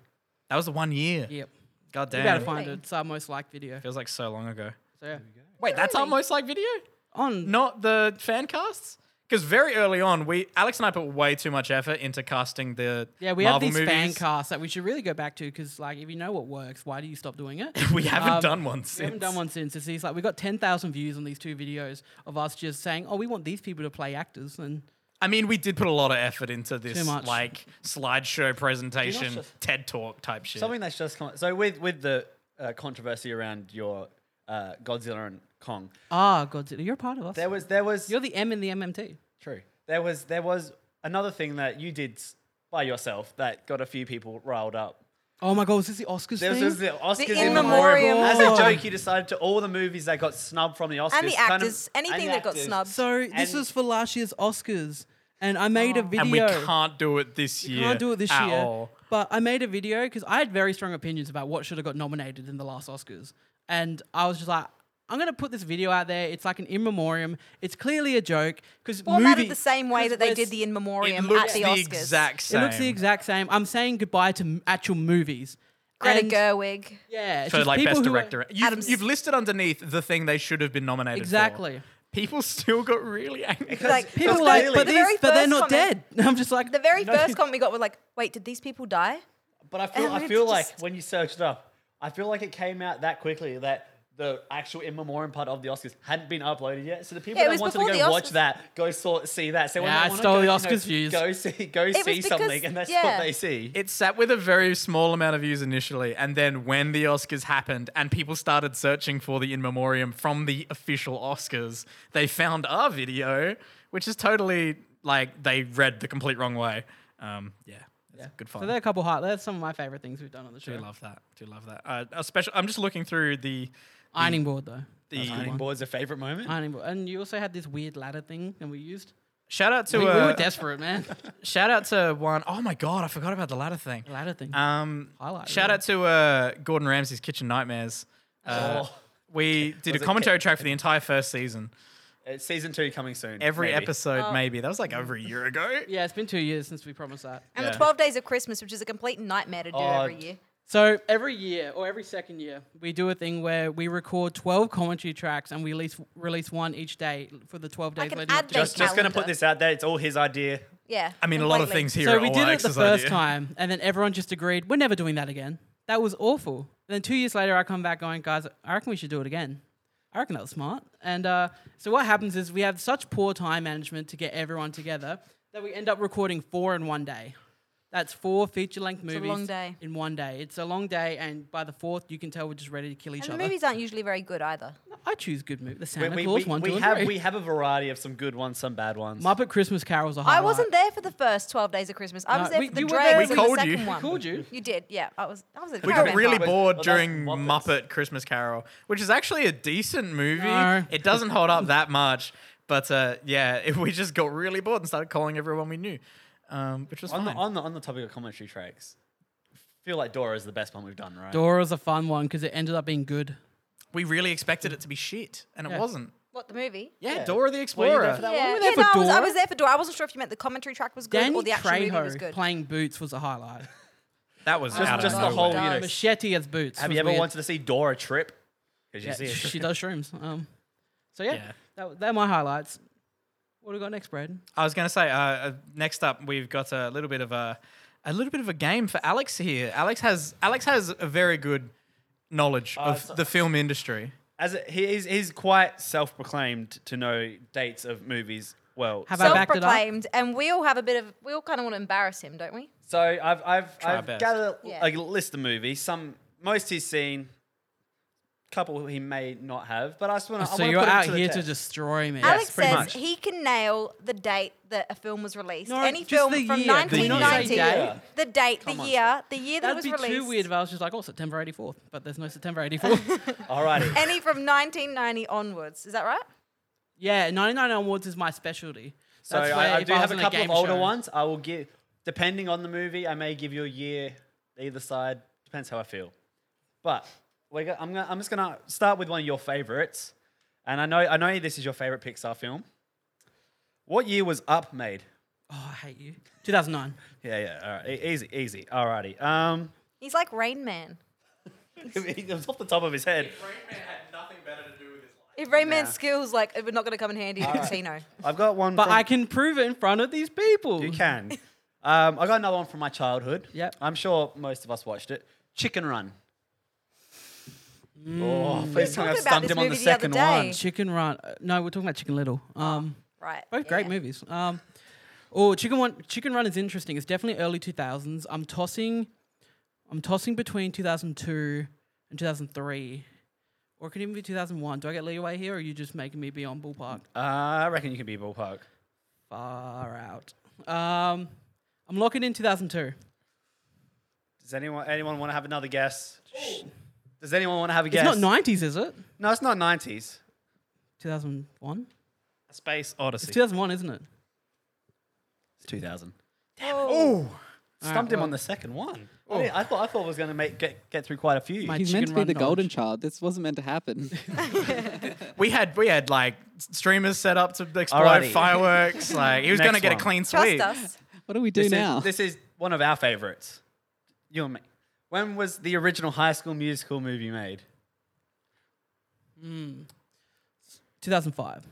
C: That was the one year.
B: Yep.
C: God
B: You gotta
C: damn.
B: find it. It's our most liked video.
C: Feels like so long ago.
B: So, yeah.
C: Wait, that's our most like video?
B: On
C: not the fan casts? Because very early on, we Alex and I put way too much effort into casting the
B: Yeah, we
C: Marvel
B: have these
C: movies.
B: fan casts that we should really go back to because, like, if you know what works, why do you stop doing
C: [laughs]
B: it?
C: [laughs] We haven't done one
B: Um, We haven't done
C: since.
B: one since. It's these, like we got ten thousand views on these two videos of us just saying, "Oh, we want these people to play actors," and
C: I mean, we did put a lot of effort into this
B: much.
C: like slideshow presentation,
H: just-
C: TED talk type shit.
H: Something that's just come. So with with the uh, controversy around your uh, Godzilla and Kong,
B: ah, Godzilla, you're a part of us. There
H: was, there was.
B: You're the M in the MMT.
H: True. there was there was another thing that you did s- by yourself that got a few people riled up.
B: Oh my god, was this the Oscars
H: There was,
B: thing?
H: there was the Oscars
B: The
H: in
B: in memoriam.
H: memoriam. As a joke, you decided to all the movies that got snubbed from the Oscars
B: the
H: kind of-
B: actors,
H: and the
I: anything that got
H: actors.
I: snubbed.
B: So this
H: And-
B: was for last year's Oscars, and I made a video.
C: and we can't do it this year.
B: Can't do it this
C: at
B: year.
C: all.
B: But I made a video because I had very strong opinions about what should have got nominated in the last Oscars, and I was just like, I'm gonna put this video out there. It's like an in memoriam. It's clearly a joke because
I: Formatted
B: movie
I: the same way
B: 'cause
I: that they
B: we're
I: did
B: s-
I: the in memoriam at the, Oscars.
B: It looks the exact same. I'm saying goodbye to m- actual movies.
I: Greta
B: And-
I: Gerwig.
B: Yeah, it's
C: for
B: just
C: like
B: people
C: best
B: who are-
C: director. You've, you've listed underneath the thing they should have been nominated for.
B: Exactly.
C: People still got really angry.
I: Like
B: people
I: the-
B: like,
I: the
B: but,
I: very
B: these, but they're
I: first
B: not
I: comment-
B: dead. [laughs] I'm just like,
I: The
C: [laughs]
I: very
H: No.
I: first comment we got were like, wait, did these people die?
H: But I feel,
I: And
H: I
I: it's
H: feel like when you searched it up, I feel like it came out that quickly that the actual in memoriam part of the Oscars hadn't been uploaded yet. So the people
I: Yeah, it
H: that
I: was
H: wanted to
I: before
H: go
I: the
H: watch
I: Oscars.
H: that, go saw, see that. So when
B: Yeah,
H: they
B: I
H: wanna
B: stole
H: go,
B: the
H: you know,
B: Oscars views.
H: Go see, go
B: It was
H: see something,
B: because-
H: and that's
B: yeah.
H: what they see.
C: It sat with a very small amount of views initially, and then when the Oscars happened and people started searching for the in memoriam from the official Oscars, they found our video, which is totally like they read the complete wrong way. Um, yeah, it's good fun.
B: So they're a couple hot. That's some of my favorite things we've done on the show.
C: do love that. Do love that. Uh, a special. I'm just looking through the, the
B: Ironing board, though.
C: The
H: ironing board's a favorite moment.
B: Ironing board. And you also had this weird ladder thing, and we used.
C: Shout out to
B: we, we
C: uh,
B: were desperate,
C: [laughs]
B: man.
C: Shout out to one oh my god, I forgot about the ladder thing.
B: Ladder thing.
C: Um,
B: Highlight,
C: shout
B: really.
C: out to uh, Gordon Ramsay's Kitchen Nightmares. Uh,
H: Oh.
C: We did
H: Was
C: a
H: it
C: commentary track for the entire first season.
H: Uh, season two coming soon.
C: Every
H: maybe.
C: episode, maybe that was like over a year ago.
B: yeah, it's been two years since we promised that.
I: And the 12 Days of Christmas, which is a complete nightmare to do
B: Oh,
I: every year.
B: So every year or every second year, we do a thing where we record 12 commentary tracks and we release, release one each day for the 12 days leading up to
H: Just, just gonna put
B: this.
H: this out there. It's all his idea.
I: Yeah.
C: I mean, a lot of completely. things here
B: So
C: are
B: we
C: all
B: did it the
C: Alex's
B: first
C: idea.
B: time, and then everyone just agreed we're never doing that again. That was awful. And then two years later, I come back going, guys, I reckon we should do it again. I reckon that was smart. And uh, so what happens is we have such poor time management to get everyone together that we end up recording four in one day. That's four feature-length
I: a
B: movies
I: long day.
B: in one day. It's a long day, and by the fourth, you can tell we're just ready to kill each
I: And the
B: other.
I: movies aren't usually very good either.
B: I choose good movies. The
H: We,
B: Santa
H: we,
B: Claus
H: we,
B: one,
H: we
B: two, and
H: have
B: three.
H: we have a variety of some good ones, some bad ones.
B: Muppet Christmas Carol's a
I: I
B: highlight.
I: wasn't there for the first 12 Days of Christmas. I
B: No,
I: was there
B: we-
I: for the
B: you were
I: Dregs
B: there. We
I: and the
C: called
I: second
C: you.
I: one.
C: We called
B: you.
I: You did, yeah. I was, I was at a
C: We got
I: caravan
C: really
I: park.
C: bored during Muppet Christmas Carol, which is actually a decent movie.
B: No.
C: It doesn't hold up that much, but uh, yeah, [laughs] we just got really bored and started calling everyone we knew, um, which was
H: on the,
C: fine.
H: on the on the topic of commentary tracks, I feel like Dora is the best one we've done, right?
B: Dora's a fun one because it ended up being good.
C: we really expected it to be shit, and
B: Yeah.
C: it wasn't.
I: What, the movie?
C: Yeah, Dora the
H: Were
C: Explorer.
H: you there for that
I: Yeah,
B: were
I: yeah,
B: there
I: no,
B: for
I: I, was, I
B: Dora.
I: was there for Dora. I wasn't sure if you meant the commentary track was good
B: Danny
I: or the actual movie was
B: Trejo
I: good.
B: playing Boots was a highlight.
C: That was
H: Just-
C: out
H: just
C: of
H: the whole,
C: nowhere.
H: you know,
B: Machete as Boots.
H: Have
B: was
H: you ever
B: weird.
H: wanted to see Dora trip? Because you
B: Yeah,
H: see, it.
B: she does shrooms. Um, so yeah,
C: Yeah.
B: That, they're my highlights. What do we got next, Oh, Braden?
C: I was going to say, uh, uh, next up, we've got a little bit of a, a little bit of a game for Alex here. Alex has Alex has a very good knowledge of
H: Uh, so-
C: the film industry.
H: As a, he is, he's quite self-proclaimed to know dates of movies well.
B: Have I backed it up?
I: Self-proclaimed, and we all have a bit of. We all kind of want to embarrass him, don't we?
H: So I've I've,
C: Try
H: I've
C: best.
H: gathered a-
I: Yeah.
H: a list of movies. Some most he's seen, couple he may not have, but I just want to.
B: so you're out here to destroy me.
H: Yes,
I: Alex
H: pretty
I: says
H: much.
I: he can nail the date that a film was released.
B: No,
I: Any
B: just
I: film
B: the
I: from
B: year. Can we not say
I: 1990,
B: date?
I: the date,
B: Come
I: the
B: on.
I: year, the year that
B: That'd
I: it
B: be
I: was
B: too
I: released.
B: weird if I was just like, oh, September 84th, but there's no September
I: [laughs]
B: 84th.
H: Alrighty.
I: Any from 1990 onwards. Is that right?
B: yeah, 99 Awards is my specialty.
H: So
B: That's
H: I,
B: where
H: I
B: if
H: do
B: was
H: have a
B: on
H: couple
B: game
H: of older
B: show-
H: ones. I will give, depending on the movie, I may give you a year either side. Depends how I feel. But we're go- I'm gonna, I'm just gonna start with one of your favorites, and I know I know this is your favorite Pixar film. What year was Up made?
B: Oh, I hate you. 2009.
H: Yeah, yeah. All right, E- easy, easy. Alrighty. Um, [laughs]
I: He's like Rain Man.
H: it was off the top of his head.
I: If Rain
H: Nah.
I: Man's skills, like, if we're not going to come in handy in
H: All right.
I: Casino.
H: I've got one,
B: but I can prove it in front of these people.
H: You can. um, I got another one from my childhood. Yep. I'm sure most of us watched it. Chicken Run. Oh,
B: Mm.
H: please tell me I stumped him on the second one.
B: Chicken Run. uh, No, we're talking about Chicken Little. Um,
I: right.
B: Both great movies. Um, oh, Chicken Run. Chicken Run is interesting. It's definitely early 2000s. I'm tossing. I'm tossing between 2002 and 2003, or it could even be 2001. Do I get leeway here, or are you just making me be on ballpark?
H: Uh, I reckon you can be ballpark.
B: Far out. Um, I'm locking in 2002.
H: Does anyone anyone want to have another guess? Does anyone want to have a guess?
B: It's not 90s, is it?
H: No, it's not 90s.
B: 2001.
H: A Space Odyssey.
B: It's 2001, isn't it?
H: It's 2000.
B: Oh,
H: Stumped him on the second one. I,
B: Oh.
H: didn't- I thought I thought I was going to make get, get through quite a few.
K: He's meant to be the golden child. This wasn't meant
H: [laughs]
K: to happen. [laughs]
M: We had we had like streamers set up to explode
H: Alrighty. [laughs]
M: fireworks. Like he was
H: Next
M: gonna get
H: one.
M: a clean sweep.
K: What do we
H: this Is, this is one of our favorites. You and me. When was the original High School Musical movie made?
B: Mm. 2005.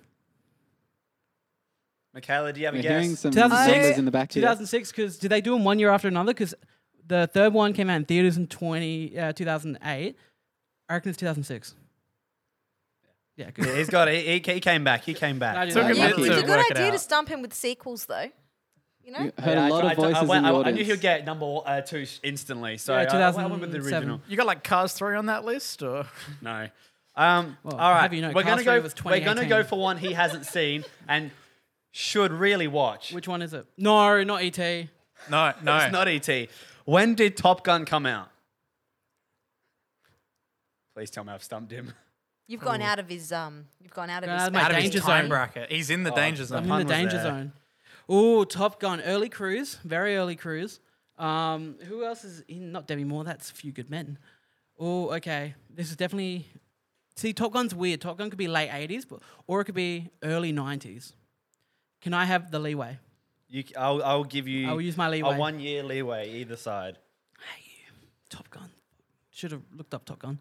H: Michaela, do you have a
K: We're
H: guess?
K: hearing some 2006. numbers in the back here.
B: 2006, because did they do them one year after another? Because the third one came out in theaters in 20, uh, 2008. I reckon it's 2006. Yeah, good.
H: Yeah, he's got it. He, he- he came back. He came back.
B: Took him a
I: It was a good idea to stump him with sequels, though. You know?
K: Heard a lot of voices
H: I,
K: in the
H: I, I knew
K: audience.
H: he'd get number one- uh, two sh- instantly, so
B: Yeah,
H: I- I, went with the
B: 2007.
H: original.
M: You got like Cars three on that list,
H: [laughs]
M: or
H: no? Um, all right,
M: have you know,
H: we're gonna
M: Castaway
H: go.
M: was
H: We're gonna go
M: 2018.
H: for one he hasn't seen and should really watch.
B: Which one is it? No, not E ET.
M: No,
H: no, it's not ET. When did Top Gun come out? Please tell me I've stumped him.
I: You've gone
M: Ooh.
I: out of his, um, you've gone out of
B: Gone
I: his
B: out of my
I: space.
B: danger
M: time
B: zone.
M: bracket. He's in the
H: Oh,
M: danger
H: the
M: zone.
B: I'm in the danger zone. Ooh, Top Gun, early cruise, very early cruise. Um, who else is in? Not Debbie Moore. That's a few good men. Oh, okay. This is definitely. See, Top Gun's weird. Top Gun could be late '80s, but or it could be early '90s. Can I have the leeway?
H: You, c- I'll, I'll give you.
B: I will use my leeway.
H: A one-year leeway either side.
B: Should have looked up Top Gun.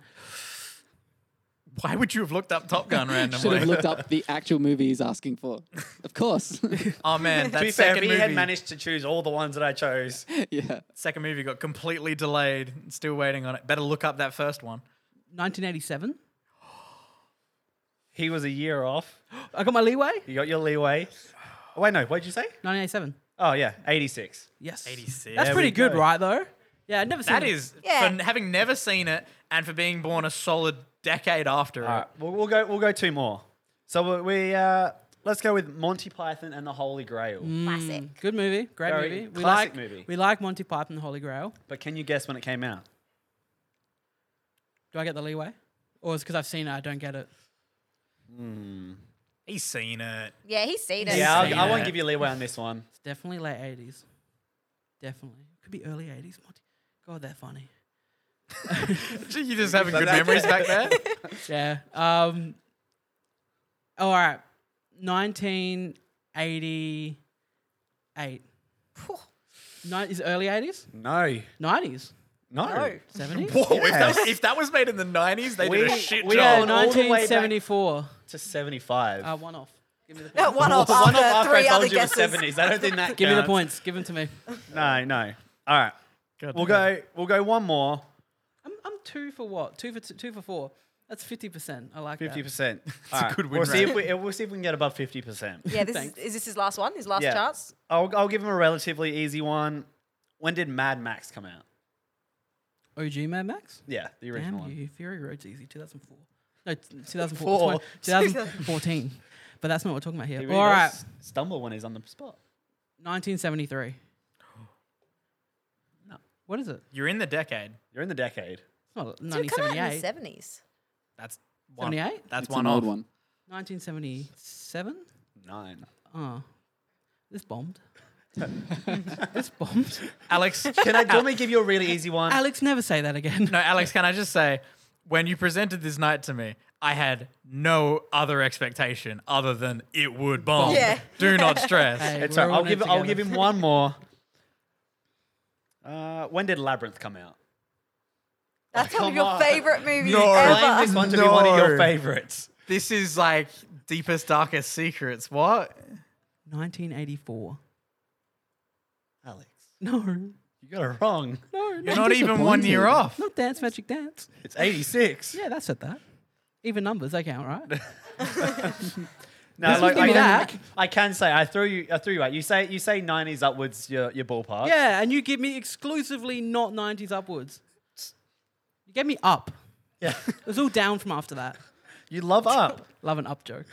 M: Why would you have looked up Top
H: [laughs]
M: Gun randomly?
K: [laughs] Should have looked up the actual movie he's asking for. Of
H: [laughs]
K: course.
M: Oh man, that
H: to be fair, if
M: second
H: he
M: movie.
H: had managed to choose all the ones that I chose,
K: yeah.
M: Second movie got completely delayed. Still waiting on it. Better look up that first one.
B: 1987.
H: he was a year off.
B: I got my leeway.
H: You got your leeway. Oh, wait, no. What did you say?
B: 1987.
H: Oh yeah, eighty-six.
B: Yes.
M: 86.
B: That's
H: There
B: pretty
H: we
B: good,
H: go.
B: right? Though. Yeah, I've never seen
M: That
B: it.
M: is
B: Yeah.
M: for having never seen it and for being born a solid decade after
H: All
M: it.
H: right, we'll, we'll go. We'll go two more. So we- we uh, let's go with Monty Python and the Holy Grail.
I: Mm.
B: Classic. Mm. Good movie. Great
H: Very
B: movie. We
H: classic
B: like,
H: movie.
B: We like Monty Python and the Holy Grail.
H: But can you guess when it came out?
B: Do I get the leeway? Or is because I've seen it, I don't get it?
M: He's seen [laughs] it.
I: Yeah, he's seen it.
H: Yeah,
B: Seen
H: I'll, I won't
B: it.
H: give you leeway on this one.
B: It's definitely late 80s. Definitely. Could be early 80s, Monty. God, they're funny.
M: you just having good memories back there.
H: [laughs]
B: yeah. Um, all right. 1988. Ni- is it early 80s?
H: No.
B: 90s?
H: No.
B: No. 70s?
M: Whoa, if, that was,
B: Yes.
M: if that was made in the 90s, they
H: We-
M: did a shit
H: we
B: Oh,
M: job.
H: are all the way back-
B: 1974.
H: To seventy-five. [laughs]
B: Uh, one off. Give me the [laughs]
I: No,
B: points.
I: one off
H: One
I: after
H: off after I
I: three
H: told
I: other
H: you it was
I: guesses.
H: seventies. I don't think that.
B: Give me the
H: counts.
B: points. Give them to me.
H: No, no. All right.
M: Good.
H: We'll go. We'll go one more.
B: I'm, I'm two for what? Two for t- two for four. That's 50%. I like that.
H: Fifty percent.
M: a good win
H: We'll see
M: rate.
H: if we. We'll see if we can get above fifty percent.
I: Yeah, this is, is this his last one? His last chance?
H: I'll, I'll give him a relatively easy one. When did Mad Max come out?
B: OG Mad Max?
H: Yeah, the original
B: Damn
H: one.
B: you, Fury Road's easy. 2004. No, t- 2004.
H: Four.
B: That's why- 2014. but that's not what we're talking about here.
H: He really
B: All
H: does
B: right.
H: Stumble when he's on the spot.
B: 1973. No. What is it?
C: You're in the decade.
H: You're in the decade.
B: Oh,
I: Dude, come out in the
B: 1978.
I: seventies.
H: Oh,
C: That's
I: one-
B: 78?
C: that's It's one an old off. one.
B: 1977?
H: Nine.
B: Oh. This
H: [laughs]
B: bombed. this bombed.
M: [laughs]
C: Alex, [laughs]
H: can I- let me give you a really easy one?
B: Alex, never say that again.
C: No, Alex, can I just say, when you presented this night to me, I had no other expectation other than it would bomb.
H: Yeah.
M: [laughs]
C: Do not stress.
H: Hey, It's we're all- I'll all in give- it I'll together. give him one
B: [laughs]
H: more. Uh, when did Labyrinth come out?
I: That's one
H: come
I: of your
H: on.
I: favorite movies
C: No,
I: ever.
H: Claim this one to be one of your
C: No.
H: favorites.
C: This is like deepest, darkest secrets. What?
B: 1984.
H: Alex.
B: [laughs] No.
H: You got it wrong.
B: No.
C: You're not even one year off.
B: Not Dance Magic Dance.
H: It's 86.
B: Yeah, that's at that. Even numbers, they count, right?
H: No,
B: Just
H: like,
B: give me
H: I,
B: that.
H: I can say I threw you. I threw you out. You say you say 90s upwards your your ballpark.
B: Yeah, and you give me exclusively not 90s upwards. You gave me up.
H: Yeah.
B: it was all down from after that.
H: You love up.
B: love an up joke.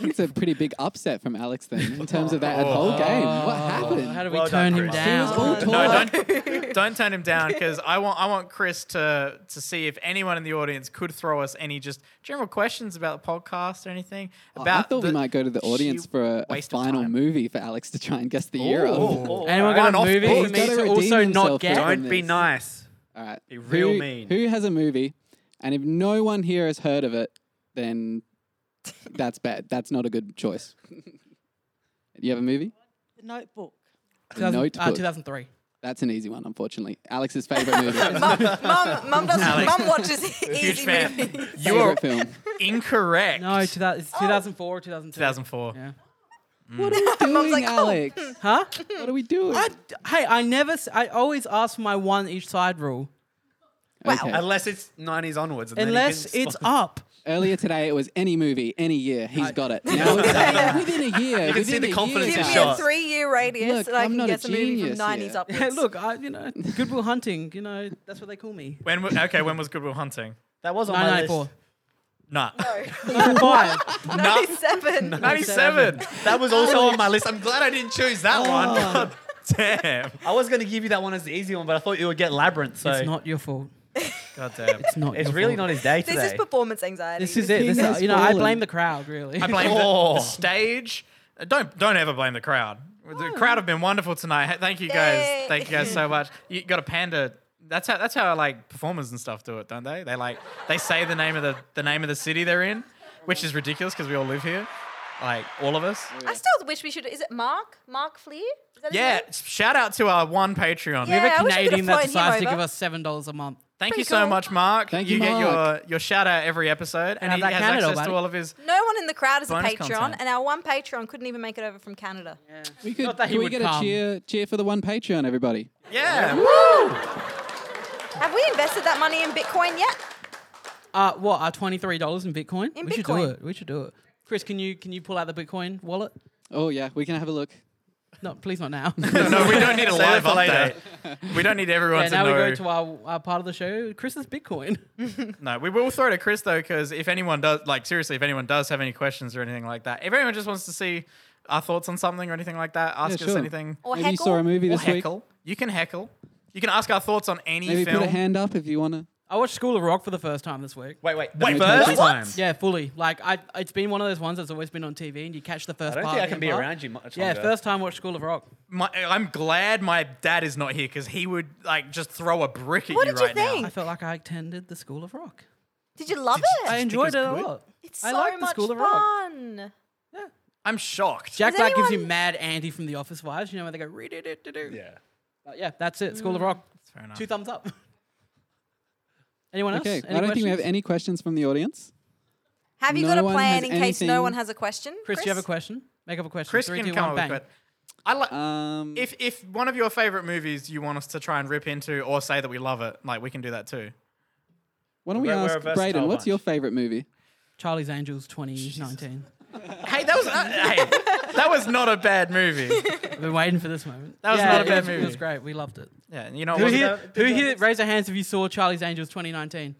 K: It's a pretty big upset from Alex then in terms
H: [laughs]
K: of that whole game. What
H: Oh.
K: happened?
B: How do we turn him down?
C: no, don't, don't turn him down because I want I want Chris to to see if anyone in the audience could throw us any just general questions about the podcast or anything
K: Oh,
C: about
K: I thought we
C: the-
K: might go to the audience for a, a final movie for Alex to try and guess the year of.
H: Oh,
B: Anyone got a
H: One-off
B: movie
H: ball.
B: for me to also not get?
H: Don't be nice.
K: All right.
H: Be real
K: who,
H: mean.
K: Who has a movie, and if no one here has heard of it, then that's bad. That's not a good choice. [laughs] you have a movie?
N: The Notebook.
K: The
B: 2000 uh,
K: Notebook.
B: 2003.
K: That's an easy one, unfortunately. Alex's favorite movie.
I: [laughs] Mum, mum doesn't.
K: Alex.
I: Mum watches
C: Huge
I: easy
C: fan.
I: movies.
C: You are
K: film.
C: [laughs] incorrect.
B: No, two thou- it's
N: Oh.
B: 2004 or 2002.
C: 2004.
B: Yeah.
K: What are we doing, Alex?
B: Huh?
K: What are we doing?
B: I, hey, I never. s- I always ask for my one each side rule.
H: Unless it's 90s onwards. And
B: Unless
H: then you can
B: it's up.
K: Earlier today, it was any movie, any year. He's got it. Now, within a year,
H: You can see
K: within
H: the
K: a year,
H: confidence
I: Give
K: guys.
I: me a three-year radius,
K: Look,
I: and I
K: I'm
I: can
K: not a
I: guess a, movie from
K: genius
B: [laughs]
I: nineties
K: here.
I: upwards.
B: Yeah,
I: [laughs]
B: look, I, you [laughs] know, Goodwill Hunting. You know, that's what they call me.
C: When w- okay, when was Goodwill Hunting?
H: That was
B: on my list. 994. [laughs]
C: Nah.
B: Five.
I: Ninety-seven.
C: 97.
H: That was also on my list.
C: I'm glad I didn't choose
K: Oh.
C: that one. God damn.
H: I was going to give you that one as the easy one, but I thought you would get Labyrinth. So
B: It's not your fault.
C: God damn.
B: It's not.
H: It's
B: your
H: really
B: fault.
H: not his day
I: [laughs] This is
H: today.
I: performance anxiety.
B: This is it. This is, you know, I blame the crowd. Really,
C: I blame the,
H: Oh.
C: the stage. Uh, Don't don't ever blame the crowd. The crowd have been wonderful tonight. Ha- Thank you guys.
I: Yay.
C: Thank you
B: [laughs]
C: guys so much. You got a panda. That's how that's how like performers and stuff do it, don't they? They like they say the name of the the name of the city they're in, which is ridiculous because we all live here, like all of us.
I: I still wish we should. Is it Mark? Mark Fleer? Is that his
C: Yeah,
I: name?
C: shout out to our one Patreon.
B: We have
I: [laughs] Yeah, I
B: a
I: wish I could've
B: Canadian that
I: flown him
B: decides to
I: over.
B: give us seven dollars a month.
C: Thank you
I: Pretty
C: so
I: cool.
C: much, Mark.
B: Thank
C: you
B: you,
C: get your
B: Mark.
C: your shout out every episode,
B: And
C: and, he
B: I'm back
C: has
B: Canada,
C: access
B: buddy.
C: to all of his.
I: No one in the crowd is a
C: Bonus
I: Patreon,
C: content.
I: and our one Patreon couldn't even make it over from Canada.
K: We could.
I: Not that he
K: Can we
I: would
K: get a
I: come.
K: cheer? Cheer for the one Patreon, everybody.
C: Yeah.
I: Have we invested that money in Bitcoin yet?
B: Uh, what are twenty three dollars in Bitcoin?
I: In
B: we should do
I: Bitcoin.
B: it. We should do it. Chris, can you can you pull out the Bitcoin wallet?
K: Oh yeah, we can have a look.
B: No, please not [laughs] now.
C: No, we don't need a
B: Save it
C: live
B: for later.
C: update. We don't need everyone
B: yeah,
C: to
B: now
C: know.
B: we go to our, our part of the show. Chris's Bitcoin. [laughs]
C: No, we will throw to Chris though, because if anyone does, like seriously, if anyone does have any questions or anything like that, if anyone just wants to see our thoughts on something or anything like that, ask
K: Yeah,
C: us
K: sure.
C: anything.
K: Or Maybe you heckle. saw a movie
C: Or
K: this week.
C: heckle. You can heckle. You can ask our thoughts on any
K: Maybe
C: film.
K: put a hand up if you want to.
B: I watched School of Rock for the first time this week.
H: Wait, wait,
K: the Wait, first first time?
B: Yeah, fully. Like I, it's been one of those ones that's always been on TV, and you catch the first.
H: I don't
B: part
H: think I
B: of
H: can
B: the
H: be
B: part.
H: around you much
B: Yeah,
H: longer.
B: first time watched School of Rock.
C: My, I'm glad my dad is not here because he would like just throw a brick at you right now.
B: I felt like I attended the School of Rock.
I: Did you love it?
B: I enjoyed it a
C: good?
B: lot.
I: It's
B: I
I: so
B: like the
I: much
B: School of Rock.
I: fun.
C: I'm shocked.
B: Jack
I: Has
B: Black gives you mad Andy from The Office vibes. You know where they go read it, it, do.
H: Yeah.
B: But yeah, that's it. School of
H: Mm.
B: Rock.
C: Fair enough.
B: Two thumbs up. Anyone else?
K: Okay,
B: Any
K: I don't think we have
B: questions?
K: any questions from the audience.
I: Have you
K: No
I: got a
K: one
I: plan
K: has
I: in case no
K: anything-
I: one has a question?
B: Chris, do you have a question? Make up a question.
C: Chris
B: Three,
C: can
B: two, one,
C: come up
B: bang.
C: with it. I like
K: um,
C: if if one of your favorite movies you want us to try and rip into or say that we love it, like we can do that too.
K: Why don't we
C: We're- we're a
K: ask
C: versatile
K: Brayden? What's
C: bunch.
K: your favorite movie?
B: Charlie's Angels 2019.
C: Hey, that was uh, hey, that was not a bad movie.
B: I've been waiting for this moment.
C: That was
B: Yeah,
C: not a
B: it
C: bad
B: was-
C: movie.
B: It was great. We loved it.
C: Yeah, and you know, it
B: who
C: wasn't
B: here?
C: that-
B: Who here? Raise your hands if you saw Charlie's Angels 2019.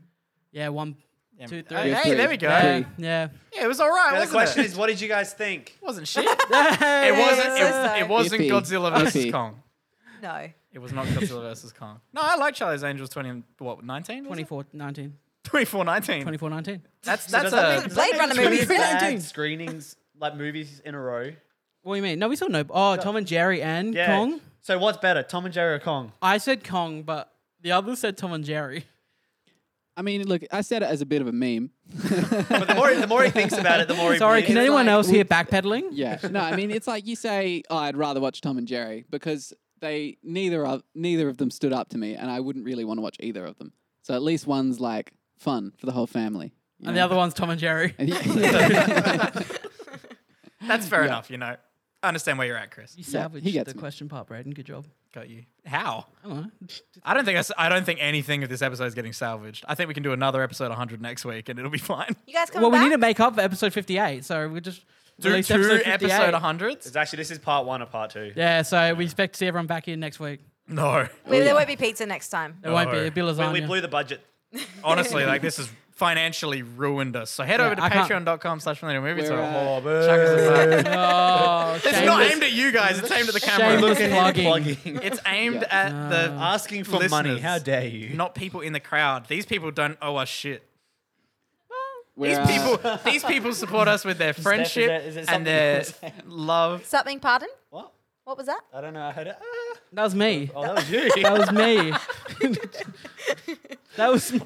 B: Yeah, one.
C: Yeah,
B: Two,
C: uh,
B: three.
C: hey, there we go.
B: Yeah. yeah.
C: Yeah, it was all right.
H: Now the
C: wasn't
H: question
C: it?
H: is, what did you guys think?
C: Wasn't [laughs] shit. it wasn't. It, it wasn't
H: Iffy.
C: Godzilla versus
H: Iffy.
C: Kong.
I: No.
C: It was not Godzilla versus Kong. No, I like Charlie's Angels. Twenty and what? Nineteen.
B: 24, 19.
C: 24, 19.
B: 24, 19.
C: That's
H: So
C: that's
H: does that
C: a
H: mean- does that mean 20 bad screenings like movies in a row.
B: What do you mean? No, we saw no. Oh, Tom and Jerry and Kong.
H: So what's better, Tom and Jerry or Kong?
B: I said Kong, but the others said Tom and
C: [laughs]
B: Jerry.
K: I mean, look, I said it as a bit of a meme.
H: [laughs] but the more the more he thinks about it, the more he
B: Sorry,
H: believes
B: can
H: it.
B: anyone else
K: we-
B: hear backpedaling?
K: Yeah. No, I mean, it's like you say, oh, I'd rather watch Tom and Jerry because they neither of neither of them stood up to me, and I wouldn't really want to watch either of them. So at least one's like fun for the whole family. [laughs] you
B: And the
K: know?
B: other one's Tom and
C: [laughs]
B: Jerry.
K: And yeah.
C: That's fair
K: Yeah.
C: enough. You know, I understand where you're at, Chris.
B: You salvaged the question part, Braden. Good job.
C: Got you. How?
B: I don't know.
C: I don't think I, s- I don't think anything of this episode is getting salvaged. I think we can do another episode 100 next week, and it'll be fine.
I: You guys
B: Well, we need to make up for episode 58, so we just
C: Do
B: release
C: two
B: episode 58.
C: episode 100s.
H: It's actually this is part one or part two.
B: Yeah, so we expect to see everyone back here next week.
C: No.
I: Well, There won't be pizza next time.
B: There won't be. It'd be lasagna.
H: We, we blew the budget. [laughs]
C: Honestly, like this has financially ruined us. So head
H: Yeah,
C: over to
H: I can't-
C: patreon.com slash millennial movie
H: We're
C: talk.
H: at- Oh,
C: Chuck us a sub.
B: Oh,
C: It's not
H: shameless-
C: aimed at you guys. It's aimed at the camera.
H: shameless Look at him plugging. [laughs] plugging.
C: [laughs] It's aimed
H: Yeah.
C: at the
H: Ah. Asking for money.
C: listeners,
H: How dare you.
C: Not people in the crowd. These people don't owe us shit. These
K: Whereas-
H: [laughs]
C: people, these people support us with their
H: Steph, is
C: friendship
H: there- is there
C: and
H: something
C: their
H: you
C: love.
I: Something, pardon?
H: What?
I: What was that?
H: I don't know. I heard it. Ah.
B: That was me.
H: Oh, that was [laughs] you.
B: that was
C: [laughs]
B: me. that was me.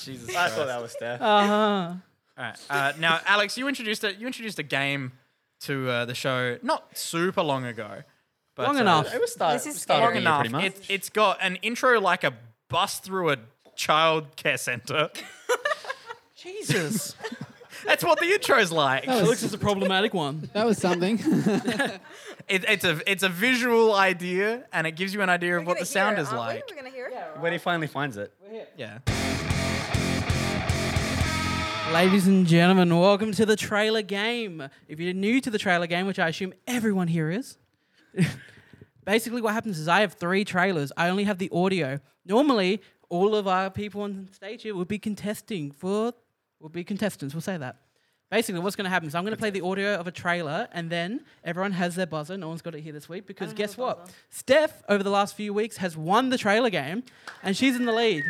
C: Jesus,
H: I thought
C: Christ.
H: that was Steph.
B: Uh-huh.
C: All right. Uh, now, Alex, you introduced a you introduced a game to uh, the show not super long ago, but
B: Long
C: uh,
B: enough. It was start-
H: This is started
C: long
H: here,
C: enough.
H: pretty much.
C: It, it's got an intro like a bus through a child care center. [laughs]
B: Jesus.
C: That's what the intro's like.
B: Alex is a problematic one.
K: That was something. [laughs]
C: It, it's a it's a visual idea, and it gives you an idea of what the sound is like.
I: We're going to hear it.
H: When he finally finds it.
C: Yeah.
B: Ladies and gentlemen, welcome to the trailer game. If you're new to the trailer game, which I assume everyone here is, [laughs] basically what happens is I have three trailers. I only have the audio. Normally, all of our people on stage here would be contesting for, would be contestants. We'll say that. Basically, what's going to happen is I'm going to play the audio of a trailer, and then everyone has their buzzer. No one's got it here this week because guess what? Steph, over the last few weeks, has won the trailer game, and she's in the lead.